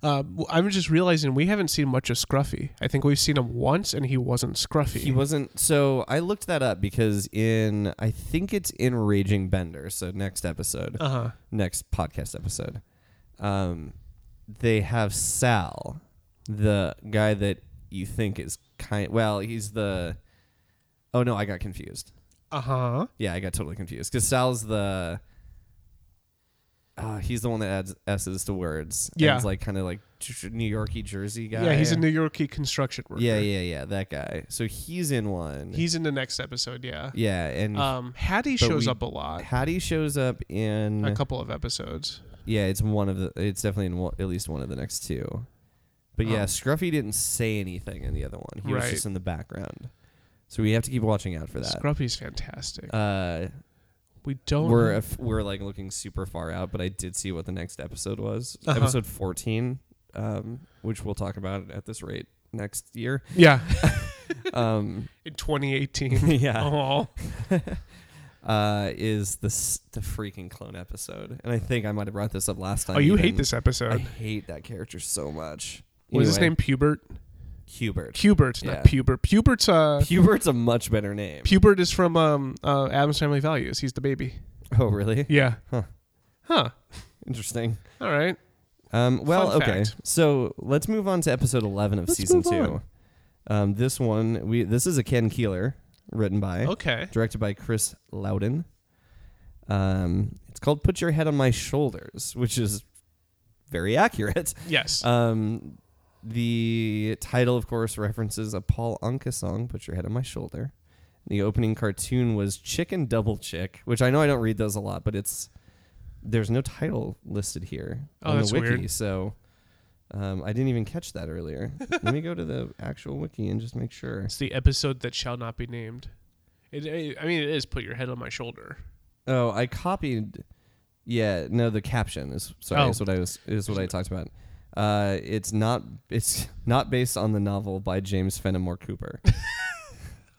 [SPEAKER 3] Uh, w- I'm just realizing we haven't seen much of Scruffy. I think we've seen him once, and he wasn't Scruffy.
[SPEAKER 2] He wasn't. So I looked that up because in I think it's in Raging Bender. So next episode,
[SPEAKER 3] Uh huh.
[SPEAKER 2] next podcast episode, um, they have Sal, the guy that you think is kind. Well, he's the. Oh no, I got confused.
[SPEAKER 3] Uh huh.
[SPEAKER 2] Yeah, I got totally confused because Sal's the. Uh, he's the one that adds s's to words. and
[SPEAKER 3] Yeah.
[SPEAKER 2] it's like kind of like j- New Yorkie Jersey guy.
[SPEAKER 3] Yeah, he's a New Yorkie construction worker.
[SPEAKER 2] Yeah, yeah, yeah. That guy. So he's in one.
[SPEAKER 3] He's in the next episode. Yeah.
[SPEAKER 2] yeah, and
[SPEAKER 3] Um, Hattie
[SPEAKER 2] But
[SPEAKER 3] shows
[SPEAKER 2] we-
[SPEAKER 3] up a lot.
[SPEAKER 2] Hattie shows up in
[SPEAKER 3] A couple of episodes.
[SPEAKER 2] yeah, it's one of the it's definitely in one, at least one of the next two. But yeah,
[SPEAKER 3] Oh.
[SPEAKER 2] Scruffy didn't say anything in the other one. He was
[SPEAKER 3] Right.
[SPEAKER 2] just in the background. So we have to keep watching out for that.
[SPEAKER 3] Scruffy's fantastic.
[SPEAKER 2] uh,
[SPEAKER 3] we don't.
[SPEAKER 2] we're if we're like looking super far out, but I did see what the next episode was.
[SPEAKER 3] Uh-huh.
[SPEAKER 2] Episode 14, um, which we'll talk about at this rate next year.
[SPEAKER 3] yeah.
[SPEAKER 2] Um,
[SPEAKER 3] In 2018.
[SPEAKER 2] yeah.
[SPEAKER 3] Oh.
[SPEAKER 2] Uh, is the s- the freaking clone episode. And I think I might have brought this up last time.
[SPEAKER 3] Oh, you hate
[SPEAKER 2] even.
[SPEAKER 3] this episode.
[SPEAKER 2] I hate that character so much.
[SPEAKER 3] Was his
[SPEAKER 2] Anyway,
[SPEAKER 3] name Pubert?
[SPEAKER 2] Hubert.
[SPEAKER 3] Hubert,
[SPEAKER 2] Yeah.
[SPEAKER 3] not Pubert. Pubert's uh
[SPEAKER 2] Hubert's a much better name.
[SPEAKER 3] Pubert is from um uh Adam's Family Values. He's the baby.
[SPEAKER 2] oh, really?
[SPEAKER 3] Yeah.
[SPEAKER 2] Huh.
[SPEAKER 3] Huh.
[SPEAKER 2] Interesting.
[SPEAKER 3] All right.
[SPEAKER 2] Um, well,
[SPEAKER 3] Fun
[SPEAKER 2] okay.
[SPEAKER 3] fact.
[SPEAKER 2] So let's move on to episode eleven of
[SPEAKER 3] Let's
[SPEAKER 2] season
[SPEAKER 3] move
[SPEAKER 2] two. Um, this one, we this is a Ken Keeler, written by,
[SPEAKER 3] Okay.
[SPEAKER 2] directed by Chris Loudon. Um, it's called "Put Your Head on My Shoulders," which is very accurate.
[SPEAKER 3] Yes.
[SPEAKER 2] Um, the title, of course, references a Paul Anka song, Put Your Head on My Shoulder. The opening cartoon was Chicken Double Chick, which I know I don't read those a lot, but it's there's no title listed here
[SPEAKER 3] Oh,
[SPEAKER 2] on
[SPEAKER 3] that's
[SPEAKER 2] the wiki,
[SPEAKER 3] weird.
[SPEAKER 2] so um, I didn't even catch that earlier. Let me go to the actual wiki and just make sure.
[SPEAKER 3] It's the episode that shall not be named. It, I mean, it is put your head on my shoulder.
[SPEAKER 2] Oh, I copied. Yeah, no, the caption is sorry.
[SPEAKER 3] Oh.
[SPEAKER 2] Is what I was is what I talked about. Uh, it's not it's not based on the novel by James Fenimore Cooper.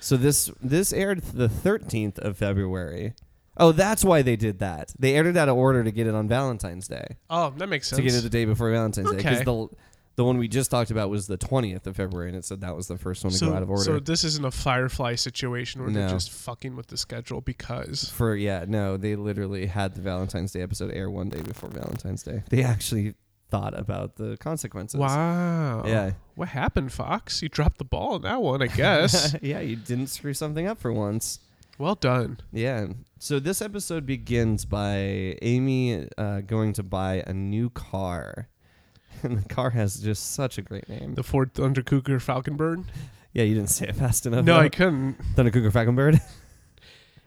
[SPEAKER 2] so this this aired the thirteenth of February. Oh, that's why they did that. They aired it out of order to get it on Valentine's Day
[SPEAKER 3] Oh, that makes sense.
[SPEAKER 2] to get it the day before Valentine's Day
[SPEAKER 3] Okay.
[SPEAKER 2] because the the one we just talked about was the twentieth of February, and it said that was the first one to
[SPEAKER 3] so,
[SPEAKER 2] go out of order.
[SPEAKER 3] so this isn't a Firefly situation where they're
[SPEAKER 2] No.
[SPEAKER 3] just fucking with the schedule because
[SPEAKER 2] For yeah, no, they literally had the Valentine's Day episode air one day before Valentine's Day. They actually thought about the consequences.
[SPEAKER 3] wow,
[SPEAKER 2] Yeah.
[SPEAKER 3] what happened, Fox? You dropped the ball on that one, I guess.
[SPEAKER 2] yeah, you didn't screw something up for once.
[SPEAKER 3] well done.
[SPEAKER 2] Yeah. So this episode begins by Amy uh, going to buy a new car. And the car has just such a great name.
[SPEAKER 3] The Ford Thunder Cougar Falconbird.
[SPEAKER 2] Yeah, you didn't say it fast enough.
[SPEAKER 3] No,
[SPEAKER 2] though.
[SPEAKER 3] I couldn't.
[SPEAKER 2] Thunder Cougar Falconbird.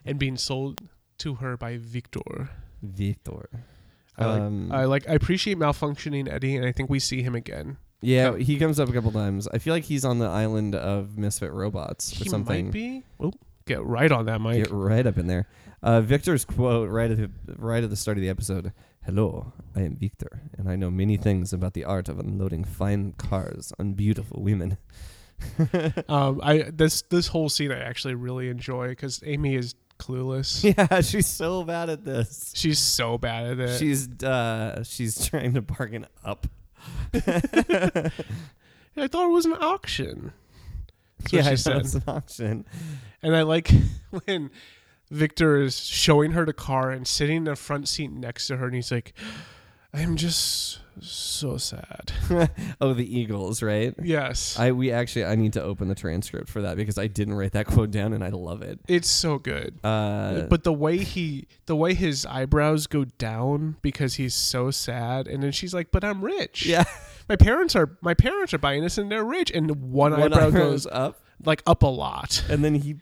[SPEAKER 3] And being sold to her by Victor.
[SPEAKER 2] Victor.
[SPEAKER 3] I like,
[SPEAKER 2] Um,
[SPEAKER 3] I like. I appreciate malfunctioning Eddie, and I think we see him again.
[SPEAKER 2] Yeah, he comes up a couple times. I feel like he's on the island of misfit robots or
[SPEAKER 3] he
[SPEAKER 2] something.
[SPEAKER 3] might be. Oop, get right on that, Mike.
[SPEAKER 2] Get right up in there. Uh, Victor's quote right at the, right at the start of the episode. Hello, I am Victor, and I know many things about the art of unloading fine cars on beautiful women.
[SPEAKER 3] Um, I this this whole scene I actually really enjoy because Amy is clueless.
[SPEAKER 2] yeah, she's so bad at this.
[SPEAKER 3] She's so bad at it.
[SPEAKER 2] She's uh, she's trying to bargain up.
[SPEAKER 3] I thought it was an auction. That's
[SPEAKER 2] yeah,
[SPEAKER 3] what
[SPEAKER 2] I
[SPEAKER 3] she
[SPEAKER 2] thought
[SPEAKER 3] said.
[SPEAKER 2] it's an auction.
[SPEAKER 3] And I like when Victor is showing her the car and sitting in the front seat next to her, and he's like, "I'm just so sad."
[SPEAKER 2] oh, the Eagles, right?
[SPEAKER 3] Yes,
[SPEAKER 2] I we actually I need to open the transcript for that because I didn't write that quote down and I love it.
[SPEAKER 3] it's so good.
[SPEAKER 2] Uh,
[SPEAKER 3] but the way he, the way his eyebrows go down because he's so sad, and then she's like, "But I'm rich."
[SPEAKER 2] yeah,
[SPEAKER 3] my parents are my parents are buying this and they're rich and one,
[SPEAKER 2] one
[SPEAKER 3] eyebrow
[SPEAKER 2] eyebrow
[SPEAKER 3] goes
[SPEAKER 2] goes up.
[SPEAKER 3] like up a lot
[SPEAKER 2] and then he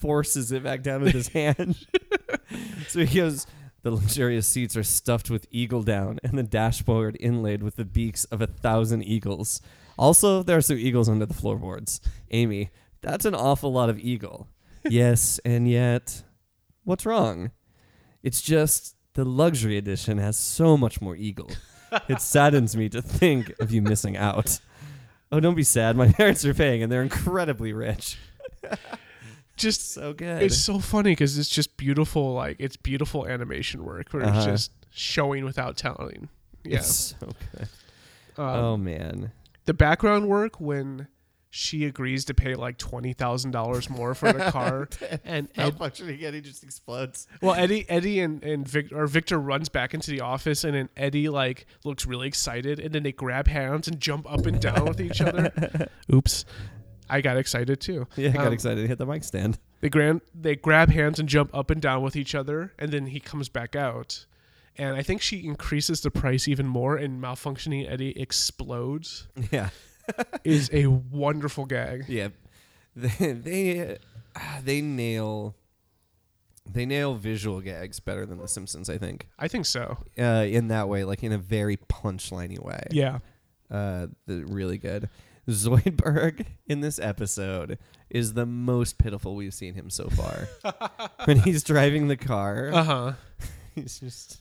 [SPEAKER 2] forces it back down with his hand. so he goes, The luxurious seats are stuffed with eagle down and the dashboard inlaid with the beaks of a thousand eagles. Also, there are some eagles under the floorboards. Amy, that's an awful lot of eagle. yes, and yet, what's wrong? It's just the luxury edition has so much more eagle. It saddens me to think of you missing out. Oh, don't be sad. My parents are paying and they're incredibly rich.
[SPEAKER 3] just
[SPEAKER 2] So good.
[SPEAKER 3] it's so funny because it's just beautiful like it's beautiful animation work where it's
[SPEAKER 2] Uh-huh.
[SPEAKER 3] just showing without telling yeah
[SPEAKER 2] It's so good.
[SPEAKER 3] um,
[SPEAKER 2] oh man.
[SPEAKER 3] the background work when she agrees to pay like $20000 more for the car and Ed,
[SPEAKER 2] much did he get? He just explodes.
[SPEAKER 3] well eddie eddie and, and victor or victor runs back into the office and then eddie like looks really excited and then they grab hands and jump up and down with each other oops i got excited too
[SPEAKER 2] Yeah, I got
[SPEAKER 3] Um,
[SPEAKER 2] excited. He hit the mic stand.
[SPEAKER 3] They grab they grab hands and jump up and down with each other, and then he comes back out. And I think she increases the price even more, and malfunctioning Eddie explodes.
[SPEAKER 2] Yeah.
[SPEAKER 3] is a wonderful gag.
[SPEAKER 2] Yeah. They they, ah, they nail they nail visual gags better than The Simpsons, I think.
[SPEAKER 3] I think so.
[SPEAKER 2] Uh, in that way, like in a very punchliney way.
[SPEAKER 3] Yeah,
[SPEAKER 2] Uh, the, really good. Zoidberg in this episode is the most pitiful we've seen him so far. when he's driving the car,
[SPEAKER 3] uh huh.
[SPEAKER 2] He's just.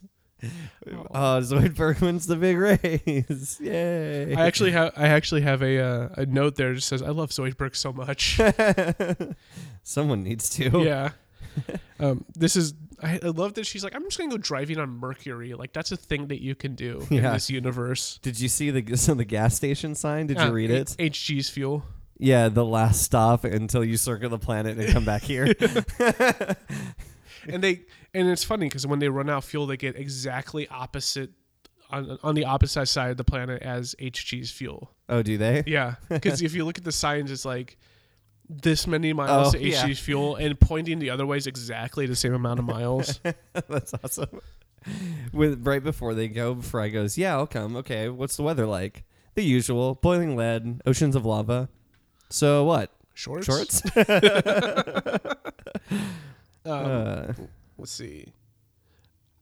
[SPEAKER 2] Oh, Zoidberg wins the big race! Yay!
[SPEAKER 3] I actually have I actually have a uh, a note there that says I love Zoidberg so much.
[SPEAKER 2] Someone needs to.
[SPEAKER 3] yeah. Um, this is I, I love that she's like I'm just gonna go driving on Mercury. Like that's a thing that you can do in
[SPEAKER 2] Yeah.
[SPEAKER 3] this universe.
[SPEAKER 2] Did you see the so the gas station sign? Did
[SPEAKER 3] Uh,
[SPEAKER 2] you read it?
[SPEAKER 3] HG's fuel.
[SPEAKER 2] Yeah, the last stop until you circle the planet and come back here.
[SPEAKER 3] and they and it's funny because when they run out of fuel, they get exactly opposite on on the opposite side of the planet as HG's fuel.
[SPEAKER 2] oh, do they?
[SPEAKER 3] Yeah, because if you look at the signs, it's like this many miles
[SPEAKER 2] Oh,
[SPEAKER 3] to HG's
[SPEAKER 2] yeah.
[SPEAKER 3] fuel, and pointing the other way is exactly the same amount of miles.
[SPEAKER 2] That's awesome. With right before they go, Fry goes, "Yeah, I'll come. Okay, what's the weather like? The usual: boiling lead, oceans of lava. So what?
[SPEAKER 3] shorts.
[SPEAKER 2] shorts.
[SPEAKER 3] Um,
[SPEAKER 2] Uh,
[SPEAKER 3] let's see.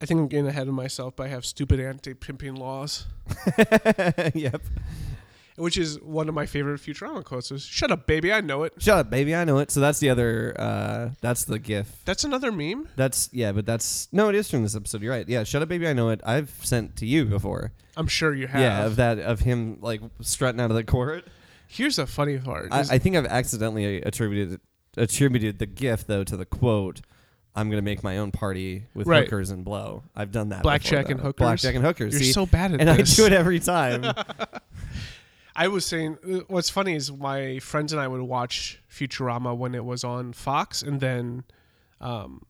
[SPEAKER 3] I think I'm getting ahead of myself, but I have stupid anti-pimping laws,
[SPEAKER 2] yep.
[SPEAKER 3] which is one of my favorite Futurama quotes. Is "Shut up, baby, I know it."
[SPEAKER 2] Shut up, baby. I know it. So that's the other. Uh, that's the GIF.
[SPEAKER 3] That's another meme.
[SPEAKER 2] That's yeah, but that's no. It is from this episode. You're right. Yeah. Shut up, baby. I know it. I've sent to you before.
[SPEAKER 3] I'm sure you have.
[SPEAKER 2] Yeah, of that of him like strutting out of the court.
[SPEAKER 3] Here's the funny part.
[SPEAKER 2] I,
[SPEAKER 3] is-
[SPEAKER 2] I think I've accidentally attributed attributed the GIF though to the quote. I'm gonna make my own party with
[SPEAKER 3] Right.
[SPEAKER 2] hookers and blow. I've done that.
[SPEAKER 3] Blackjack
[SPEAKER 2] before,
[SPEAKER 3] and
[SPEAKER 2] though.
[SPEAKER 3] hookers?
[SPEAKER 2] Blackjack and hookers.
[SPEAKER 3] you're
[SPEAKER 2] see?
[SPEAKER 3] so bad at
[SPEAKER 2] and
[SPEAKER 3] this.
[SPEAKER 2] I do it every time.
[SPEAKER 3] I was saying what's funny is my friends and I would watch Futurama when it was on Fox and then um,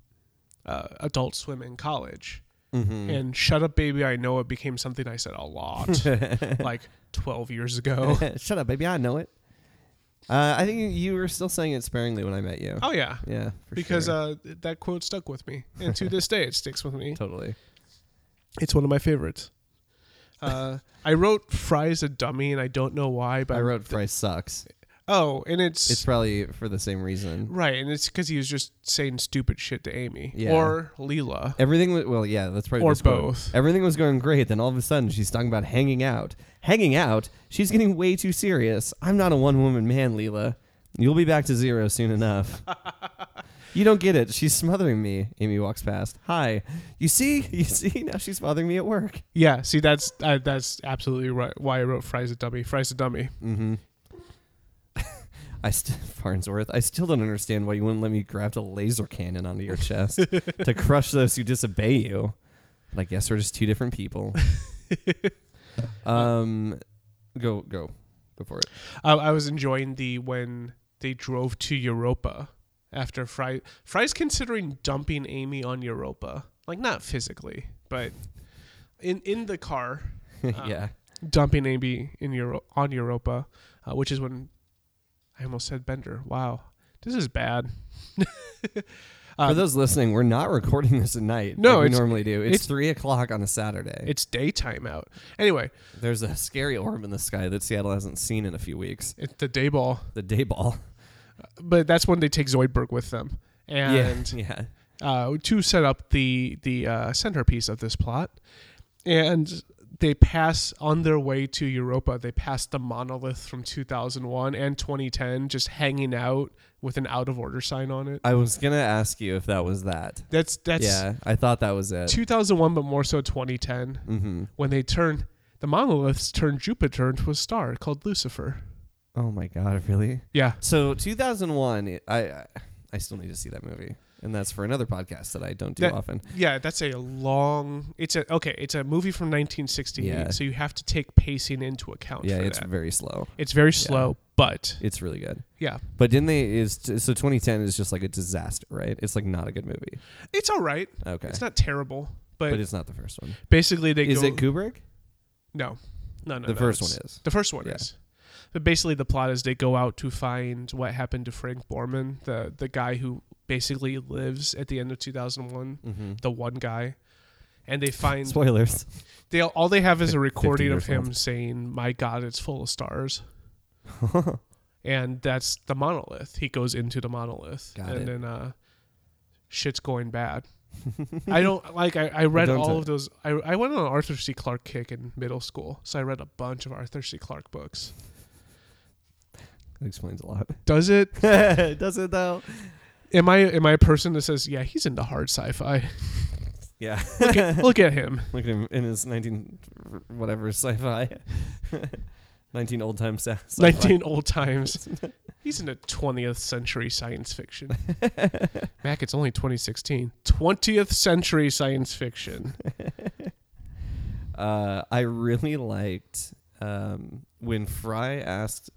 [SPEAKER 3] uh, Adult Swim in college.
[SPEAKER 2] Mm-hmm.
[SPEAKER 3] And Shut Up Baby, I Know It became something I said a lot, like 12 years ago.
[SPEAKER 2] Shut up, baby. I know it. Uh, I think you- you were still saying it sparingly when I met you.
[SPEAKER 3] Oh, yeah.
[SPEAKER 2] yeah, for
[SPEAKER 3] because
[SPEAKER 2] sure.
[SPEAKER 3] uh, that quote stuck with me. And to this day, it sticks with me.
[SPEAKER 2] totally.
[SPEAKER 3] It's one of my favorites. Uh, I wrote Fry's a dummy, and I don't know why, but
[SPEAKER 2] I wrote fry sucks.
[SPEAKER 3] Oh, and it's.
[SPEAKER 2] It's probably for the same reason.
[SPEAKER 3] Right, and it's because he was just saying stupid shit to Amy
[SPEAKER 2] Yeah.
[SPEAKER 3] or Leela.
[SPEAKER 2] Everything was well, yeah, that's probably
[SPEAKER 3] Or
[SPEAKER 2] this quote.
[SPEAKER 3] both.
[SPEAKER 2] Everything was going great, then all of a sudden she's talking about hanging out. Hanging out? She's getting way too serious. I'm not a one woman man, Leela. You'll be back to zero soon enough. you don't get it. She's smothering me. Amy walks past. Hi. You see? You see? Now she's smothering me at work.
[SPEAKER 3] Yeah, see, that's uh, that's absolutely right. Why I wrote Fry's a dummy. Fry's a dummy.
[SPEAKER 2] I still Farnsworth, I still don't understand why you wouldn't let me graft a laser cannon onto your chest to crush those who disobey you. But I guess we're just two different people. um go go. Go for it.
[SPEAKER 3] Uh, I was enjoying the when they drove to Europa after Fry. Fry's considering dumping Amy on Europa, like not physically, but in in the car, Uh,
[SPEAKER 2] yeah.
[SPEAKER 3] dumping Amy in Euro- on Europa, uh, which is when I almost said Bender. Wow, this is bad.
[SPEAKER 2] For those listening, we're not recording this at night.
[SPEAKER 3] um, No,
[SPEAKER 2] like we
[SPEAKER 3] it's-
[SPEAKER 2] normally do. It's,
[SPEAKER 3] it's-
[SPEAKER 2] three o'clock on a Saturday.
[SPEAKER 3] It's daytime out. Anyway,
[SPEAKER 2] There's a scary orb in the sky that Seattle hasn't seen in a few weeks.
[SPEAKER 3] It's the day ball.
[SPEAKER 2] The day ball.
[SPEAKER 3] But that's when they take Zoidberg with them. And
[SPEAKER 2] yeah, yeah.
[SPEAKER 3] uh, to set up the the uh, centerpiece of this plot. And they pass on their way to Europa, they pass the monolith from 2001 and 2010 just hanging out with an out of order sign on it.
[SPEAKER 2] I was gonna ask you if that was that.
[SPEAKER 3] That's that's
[SPEAKER 2] yeah, I thought that was it.
[SPEAKER 3] 2001 but more so 2010
[SPEAKER 2] mm-hmm.
[SPEAKER 3] when they turn the monoliths turn Jupiter into a star called Lucifer.
[SPEAKER 2] Oh my god, really?
[SPEAKER 3] Yeah.
[SPEAKER 2] So 2001, it- I I- I still need to see that movie, and that's for another podcast that I don't do
[SPEAKER 3] That-
[SPEAKER 2] often.
[SPEAKER 3] Yeah, that's a long. It's a okay. It's a movie from 1968,
[SPEAKER 2] Yeah.
[SPEAKER 3] so you have to take pacing into account.
[SPEAKER 2] Yeah,
[SPEAKER 3] for
[SPEAKER 2] it's
[SPEAKER 3] that.
[SPEAKER 2] very slow.
[SPEAKER 3] it's very slow, but
[SPEAKER 2] It's really good.
[SPEAKER 3] yeah,
[SPEAKER 2] But didn't they is so 2010 is just like a disaster, right? It's like not a good movie.
[SPEAKER 3] it's all right.
[SPEAKER 2] Okay.
[SPEAKER 3] It's not terrible, but,
[SPEAKER 2] but it's not the first one.
[SPEAKER 3] basically they
[SPEAKER 2] Is
[SPEAKER 3] go.
[SPEAKER 2] it Kubrick?
[SPEAKER 3] no, no, no.
[SPEAKER 2] The
[SPEAKER 3] no,
[SPEAKER 2] first
[SPEAKER 3] it's-
[SPEAKER 2] one is.
[SPEAKER 3] The first one
[SPEAKER 2] Yeah.
[SPEAKER 3] is. But basically, the plot is they go out to find what happened to Frank Borman, the the guy who basically lives at the end of 2001,
[SPEAKER 2] Mm-hmm.
[SPEAKER 3] the one guy, and they find
[SPEAKER 2] Spoilers.
[SPEAKER 3] they all they have is
[SPEAKER 2] 50
[SPEAKER 3] a recording of
[SPEAKER 2] years
[SPEAKER 3] him
[SPEAKER 2] old.
[SPEAKER 3] saying, "My God, it's full of stars." and that's the monolith. He goes into the monolith,
[SPEAKER 2] Got
[SPEAKER 3] and
[SPEAKER 2] it.
[SPEAKER 3] then uh, shit's going bad. I don't like. I, I read
[SPEAKER 2] Don't
[SPEAKER 3] all
[SPEAKER 2] tell-
[SPEAKER 3] of those. I I went on an Arthur C. Clarke kick in middle school, so I read a bunch of Arthur C. Clarke books.
[SPEAKER 2] that explains a lot.
[SPEAKER 3] Does it?
[SPEAKER 2] Does it though?
[SPEAKER 3] Am I am I a person that says, yeah, he's into hard sci-fi?
[SPEAKER 2] Yeah.
[SPEAKER 3] Look at, look at him.
[SPEAKER 2] Look at him in his 19 whatever sci-fi. 19 old time sci- sci-fi.
[SPEAKER 3] Nineteen old times. He's into twentieth century science fiction. Mac, it's only 2016. 20th century science fiction.
[SPEAKER 2] Uh, I really liked um, when Fry asked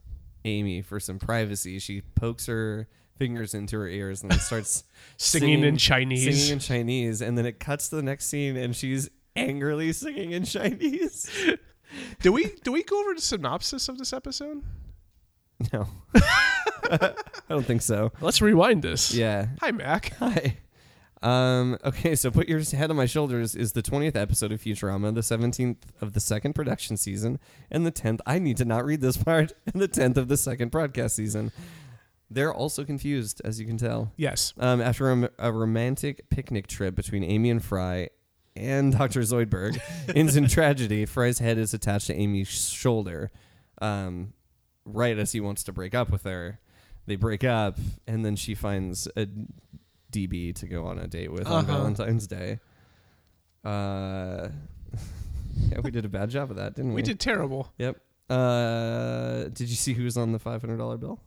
[SPEAKER 2] Amy for some privacy. She pokes her fingers into her ears and then starts
[SPEAKER 3] Singing, in Chinese.
[SPEAKER 2] Singing in Chinese, and then it cuts to the next scene, and she's angrily singing in Chinese.
[SPEAKER 3] do we do we go over the synopsis of this episode?
[SPEAKER 2] No, I don't think so.
[SPEAKER 3] Let's rewind this.
[SPEAKER 2] Yeah.
[SPEAKER 3] Hi, Mac.
[SPEAKER 2] Hi. Um, okay, so put your head on my shoulders is the 20th episode of Futurama, the 17th of the second production season, and the 10th. I need to not read this part. And the 10th of the second broadcast season. They're also confused, as you can tell.
[SPEAKER 3] Yes.
[SPEAKER 2] Um, after a, a romantic picnic trip between Amy and Fry and Dr. Zoidberg ends in tragedy, Fry's head is attached to Amy's shoulder. Um, right as he wants to break up with her, they break up, and then she finds a DB to go on a date with on
[SPEAKER 3] Uh-huh.
[SPEAKER 2] Valentine's Day. Uh, yeah, we did a bad job of that, didn't we?
[SPEAKER 3] We did terrible.
[SPEAKER 2] Yep. Uh, did you see who was on the five hundred dollar bill?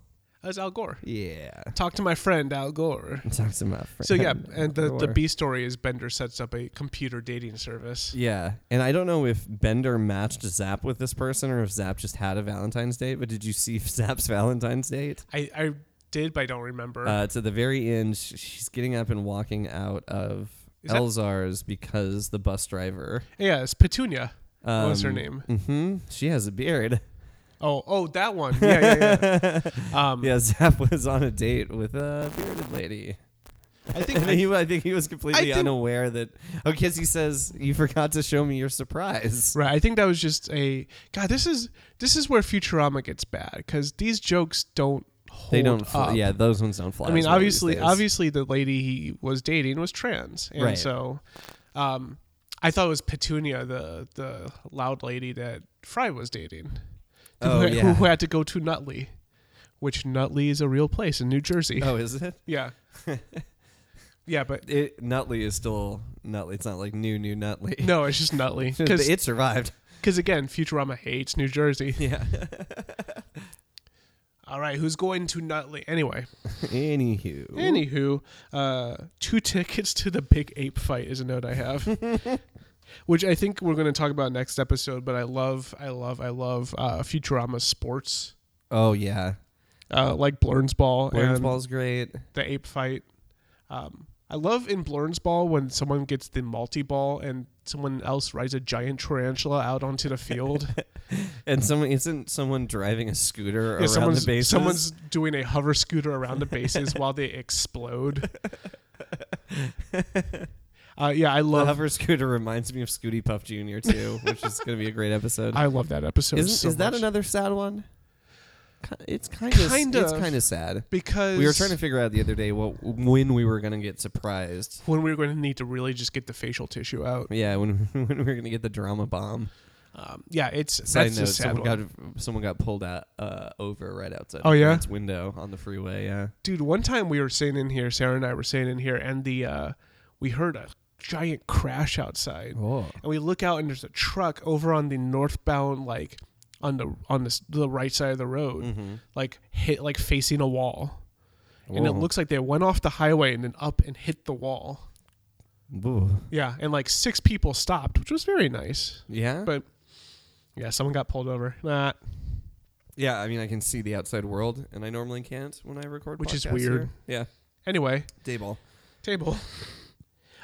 [SPEAKER 3] As Al Gore.
[SPEAKER 2] Yeah.
[SPEAKER 3] Talk to my friend Al Gore.
[SPEAKER 2] Talk to my friend.
[SPEAKER 3] So yeah, and the, the
[SPEAKER 2] Or-
[SPEAKER 3] B story is Bender sets up a computer dating service.
[SPEAKER 2] Yeah, and I don't know if Bender matched Zap with this person or if Zap just had a Valentine's date. But did you see Zap's Valentine's date?
[SPEAKER 3] I, I did, but I don't remember.
[SPEAKER 2] Uh, to the very end, sh- she's getting up and walking out of
[SPEAKER 3] Is that-
[SPEAKER 2] Elzar's because the bus driver.
[SPEAKER 3] yeah, it's Petunia.
[SPEAKER 2] Um,
[SPEAKER 3] was her name?
[SPEAKER 2] hmm She has a beard.
[SPEAKER 3] Oh, oh, that one. Yeah, yeah, yeah. Um,
[SPEAKER 2] Yeah, Zap was on a date with a bearded lady.
[SPEAKER 3] I think
[SPEAKER 2] And
[SPEAKER 3] I-
[SPEAKER 2] he, I think he was completely
[SPEAKER 3] I think-
[SPEAKER 2] unaware that. Oh, because he says, "You forgot to show me your surprise."
[SPEAKER 3] Right. I think that was just a God. This is this is where Futurama gets bad because these jokes don't hold.
[SPEAKER 2] They don't. Fly,
[SPEAKER 3] up.
[SPEAKER 2] yeah, those ones don't fly.
[SPEAKER 3] I mean,
[SPEAKER 2] as well these
[SPEAKER 3] obviously,
[SPEAKER 2] days.
[SPEAKER 3] obviously, the lady he was dating was trans, and
[SPEAKER 2] Right.
[SPEAKER 3] so, um, I thought it was Petunia, the the loud lady that Fry was dating,
[SPEAKER 2] Oh,
[SPEAKER 3] who,
[SPEAKER 2] yeah.
[SPEAKER 3] who had to go to Nutley, which Nutley is a real place in New Jersey.
[SPEAKER 2] Oh, is it?
[SPEAKER 3] Yeah. yeah, but
[SPEAKER 2] It Nutley is still Nutley. It's not like new, new Nutley.
[SPEAKER 3] no, it's just Nutley because
[SPEAKER 2] it survived.
[SPEAKER 3] again, Futurama hates New Jersey.
[SPEAKER 2] Yeah.
[SPEAKER 3] All right, who's going to Nutley anyway?
[SPEAKER 2] Anywho.
[SPEAKER 3] Anywho, uh, two tickets to the big ape fight is a note I have, which I think we're going to talk about next episode. But I love, I love, I love uh, Futurama sports
[SPEAKER 2] Oh yeah,
[SPEAKER 3] uh, like Blurns Ball
[SPEAKER 2] Blaine's
[SPEAKER 3] and
[SPEAKER 2] ball's great.
[SPEAKER 3] the ape fight. Um, I love in Blurns Ball when someone gets the multi ball and someone else rides a giant tarantula out onto the field.
[SPEAKER 2] And someone isn't someone driving a scooter
[SPEAKER 3] Yeah,
[SPEAKER 2] around
[SPEAKER 3] someone's
[SPEAKER 2] the bases.
[SPEAKER 3] someone's doing a hover scooter around the bases while they explode. Uh, yeah, I
[SPEAKER 2] the
[SPEAKER 3] love
[SPEAKER 2] hover scooter reminds me of Scooty Puff Jr. too, which is going to be a great episode.
[SPEAKER 3] I love that episode.
[SPEAKER 2] Isn't-
[SPEAKER 3] so
[SPEAKER 2] is that
[SPEAKER 3] much.
[SPEAKER 2] another sad one? Ki- It's kind of
[SPEAKER 3] Kind
[SPEAKER 2] it's
[SPEAKER 3] of.
[SPEAKER 2] kind of sad.
[SPEAKER 3] Because
[SPEAKER 2] We were trying to figure out the other day what when we were going to get surprised.
[SPEAKER 3] when we were going to need to really just get the facial tissue out.
[SPEAKER 2] Yeah, when when we were going to get the drama bomb.
[SPEAKER 3] Um, yeah, it's
[SPEAKER 2] Side
[SPEAKER 3] that's
[SPEAKER 2] note:
[SPEAKER 3] a sad
[SPEAKER 2] someone
[SPEAKER 3] one.
[SPEAKER 2] got someone got pulled out uh, over right outside.
[SPEAKER 3] Oh,
[SPEAKER 2] her
[SPEAKER 3] yeah?
[SPEAKER 2] parents' window on the freeway. Yeah,
[SPEAKER 3] Dude, one time we were sitting in here, Sarah and I were sitting in here, and the uh, we heard a giant crash outside,
[SPEAKER 2] oh,
[SPEAKER 3] and we look out and there's a truck over on the northbound like on the on the, s- the right side of the road,
[SPEAKER 2] Mm.
[SPEAKER 3] like hit like facing a wall. And it
[SPEAKER 2] Mm-hmm. Whoa.
[SPEAKER 3] looks like they went off the highway and then up and hit the wall. Yeah, and like six people stopped, which was very nice.
[SPEAKER 2] yeah,
[SPEAKER 3] But yeah, someone got pulled over. Nah,
[SPEAKER 2] yeah. I mean, I can see the outside world, and I normally can't when I record,
[SPEAKER 3] Which is
[SPEAKER 2] podcasts
[SPEAKER 3] weird.
[SPEAKER 2] here. Yeah,
[SPEAKER 3] anyway,
[SPEAKER 2] day ball.
[SPEAKER 3] table.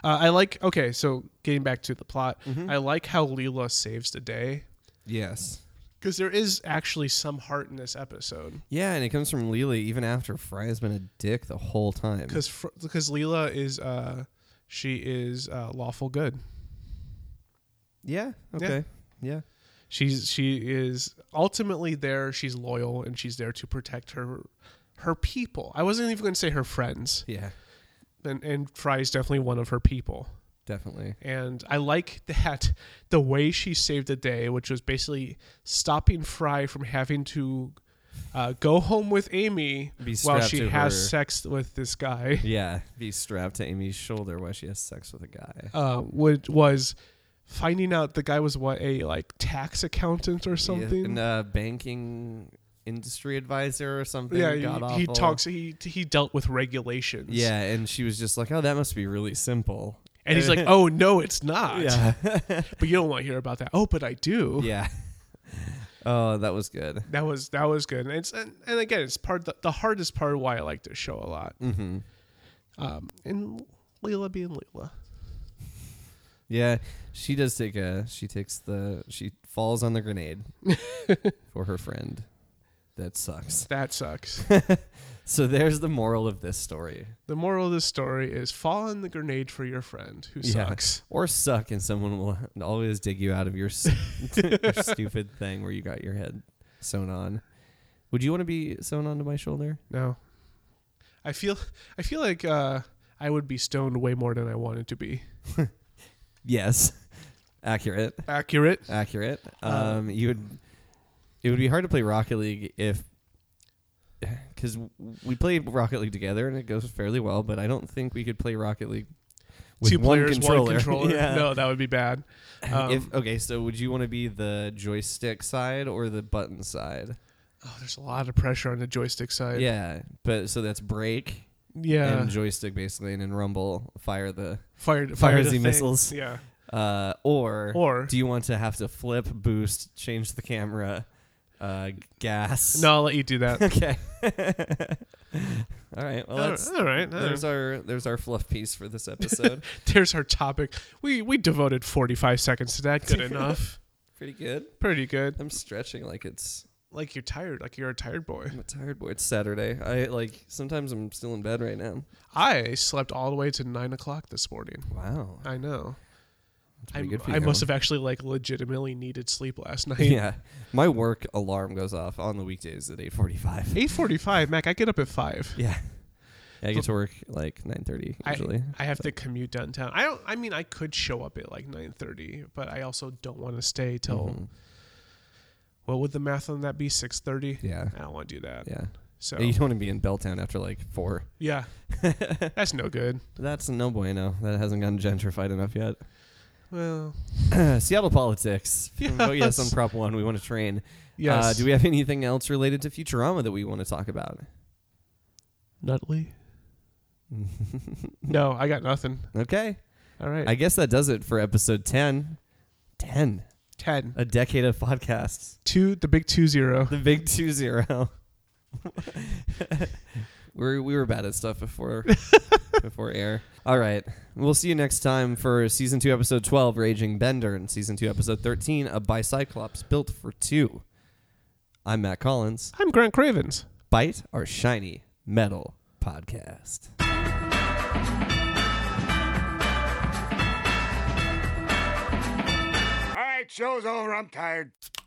[SPEAKER 3] Uh, I like okay. So getting back to the plot, I like how Leela saves the day
[SPEAKER 2] Yes.
[SPEAKER 3] because there is actually some heart in this episode.
[SPEAKER 2] Yeah, and it comes from Lily even after Fry has been a dick the whole time.
[SPEAKER 3] Because because Leela is uh, she is uh, lawful good.
[SPEAKER 2] Yeah. Okay. Yeah.
[SPEAKER 3] She's she is ultimately there. She's loyal and she's there to protect her her people. I wasn't even going to say her friends,
[SPEAKER 2] Yeah.
[SPEAKER 3] and and Fry is definitely one of her people.
[SPEAKER 2] Definitely.
[SPEAKER 3] And I like that the way she saved the day, which was basically stopping Fry from having to uh, go home with Amy
[SPEAKER 2] Be
[SPEAKER 3] while
[SPEAKER 2] strapped
[SPEAKER 3] she
[SPEAKER 2] to
[SPEAKER 3] has
[SPEAKER 2] her-
[SPEAKER 3] sex with this guy,
[SPEAKER 2] Yeah. Be strapped to Amy's shoulder while she has sex with a guy.
[SPEAKER 3] uh, which was finding out the guy was what a like tax accountant or
[SPEAKER 2] Yeah,
[SPEAKER 3] something.
[SPEAKER 2] and uh, banking industry advisor or something.
[SPEAKER 3] Yeah,
[SPEAKER 2] God
[SPEAKER 3] he, he
[SPEAKER 2] awful.
[SPEAKER 3] talks. He he dealt with regulations.
[SPEAKER 2] Yeah, and she was just like, "Oh, that must be really simple."
[SPEAKER 3] and he's like, "Oh no, it's not."
[SPEAKER 2] yeah,
[SPEAKER 3] but you don't want to hear about that. Oh, but I do.
[SPEAKER 2] yeah. Oh, that was good.
[SPEAKER 3] That was that was good. And it's and, and again, it's part the, the hardest part of why I like this show a lot.
[SPEAKER 2] hmm
[SPEAKER 3] Um, and Leela being Leela.
[SPEAKER 2] Yeah, she does take a. She takes the. She falls on the grenade for her friend. That sucks.
[SPEAKER 3] That sucks.
[SPEAKER 2] So there's the moral of this story,
[SPEAKER 3] the moral of this story is fall on the grenade for your friend who
[SPEAKER 2] Yeah.
[SPEAKER 3] sucks.
[SPEAKER 2] or suck, and someone will always dig you out of your, s- your stupid thing where you got your head sewn on. Would you want to be sewn onto my shoulder?
[SPEAKER 3] No. I feel I feel like uh, I would be stoned way more than I wanted to be.
[SPEAKER 2] Yes, accurate,
[SPEAKER 3] Accurate.
[SPEAKER 2] accurate.
[SPEAKER 3] Uh,
[SPEAKER 2] Um, you would. It would be hard to play Rocket League if, because we played Rocket League together and it goes fairly well. But I don't think we could play Rocket League with
[SPEAKER 3] Two
[SPEAKER 2] one
[SPEAKER 3] players,
[SPEAKER 2] controller.
[SPEAKER 3] one controller.
[SPEAKER 2] yeah.
[SPEAKER 3] No, that would be bad. Um,
[SPEAKER 2] if, okay, so would you want to be the joystick side or the button side?
[SPEAKER 3] oh, there's a lot of pressure on the joystick side.
[SPEAKER 2] yeah, but so that's break
[SPEAKER 3] Yeah.
[SPEAKER 2] and joystick basically, and in Rumble fire the
[SPEAKER 3] fire
[SPEAKER 2] fire
[SPEAKER 3] the
[SPEAKER 2] the
[SPEAKER 3] thing.
[SPEAKER 2] missiles.
[SPEAKER 3] Yeah.
[SPEAKER 2] uh, or
[SPEAKER 3] Or
[SPEAKER 2] do you want to have to flip, boost, change the camera, uh, gas?
[SPEAKER 3] no, I'll let you do that.
[SPEAKER 2] Okay. all right. Well, that's
[SPEAKER 3] all right. all right.
[SPEAKER 2] there's our there's our fluff piece for this episode.
[SPEAKER 3] There's our topic. We we devoted 45 seconds to that. Good enough.
[SPEAKER 2] Pretty good.
[SPEAKER 3] Pretty good.
[SPEAKER 2] I'm stretching like it's
[SPEAKER 3] Like you're tired. Like you're a tired boy.
[SPEAKER 2] I'm a tired boy. It's Saturday. I like sometimes I'm still in bed right now.
[SPEAKER 3] I slept all the way to nine o'clock this morning.
[SPEAKER 2] Wow.
[SPEAKER 3] I know.
[SPEAKER 2] That's
[SPEAKER 3] I,
[SPEAKER 2] pretty good for you,
[SPEAKER 3] I must
[SPEAKER 2] Colin.
[SPEAKER 3] have actually like legitimately needed sleep last night.
[SPEAKER 2] Yeah, my work alarm goes off on the weekdays at 8:45.
[SPEAKER 3] 8:45, Mac. I get up at five.
[SPEAKER 2] Yeah. I get to work like 9:30 usually.
[SPEAKER 3] I have to commute downtown. I don't. I mean, I could show up at like 9:30, but I also don't want to stay till.
[SPEAKER 2] Mhm.
[SPEAKER 3] What would the math on that be? 6:30.
[SPEAKER 2] Yeah.
[SPEAKER 3] I don't want to do that.
[SPEAKER 2] Yeah.
[SPEAKER 3] So
[SPEAKER 2] You don't want to be in Belltown after like four.
[SPEAKER 3] yeah, that's no good.
[SPEAKER 2] That's no bueno. That hasn't gotten gentrified enough yet.
[SPEAKER 3] Well,
[SPEAKER 2] Seattle politics. Oh yes, on
[SPEAKER 3] Yes.
[SPEAKER 2] Prop One, we want to train.
[SPEAKER 3] yes.
[SPEAKER 2] Uh, do we have anything else related to Futurama that we want to talk about?
[SPEAKER 3] Nutley? no, I got nothing.
[SPEAKER 2] Okay.
[SPEAKER 3] All right.
[SPEAKER 2] I guess that does it for episode 10. 10.
[SPEAKER 3] Ten.
[SPEAKER 2] A decade of podcasts.
[SPEAKER 3] Two. The big two zero.
[SPEAKER 2] The big two zero. we we were bad at stuff before before air. All right, we'll see you next time for season two, episode twelve, Raging Bender, and season two, episode thirteen, a Bicyclops built for two. I'm Matt Collins.
[SPEAKER 3] I'm Grant Cravens.
[SPEAKER 2] Bite our shiny metal podcast.
[SPEAKER 1] All right, show's over. I'm tired.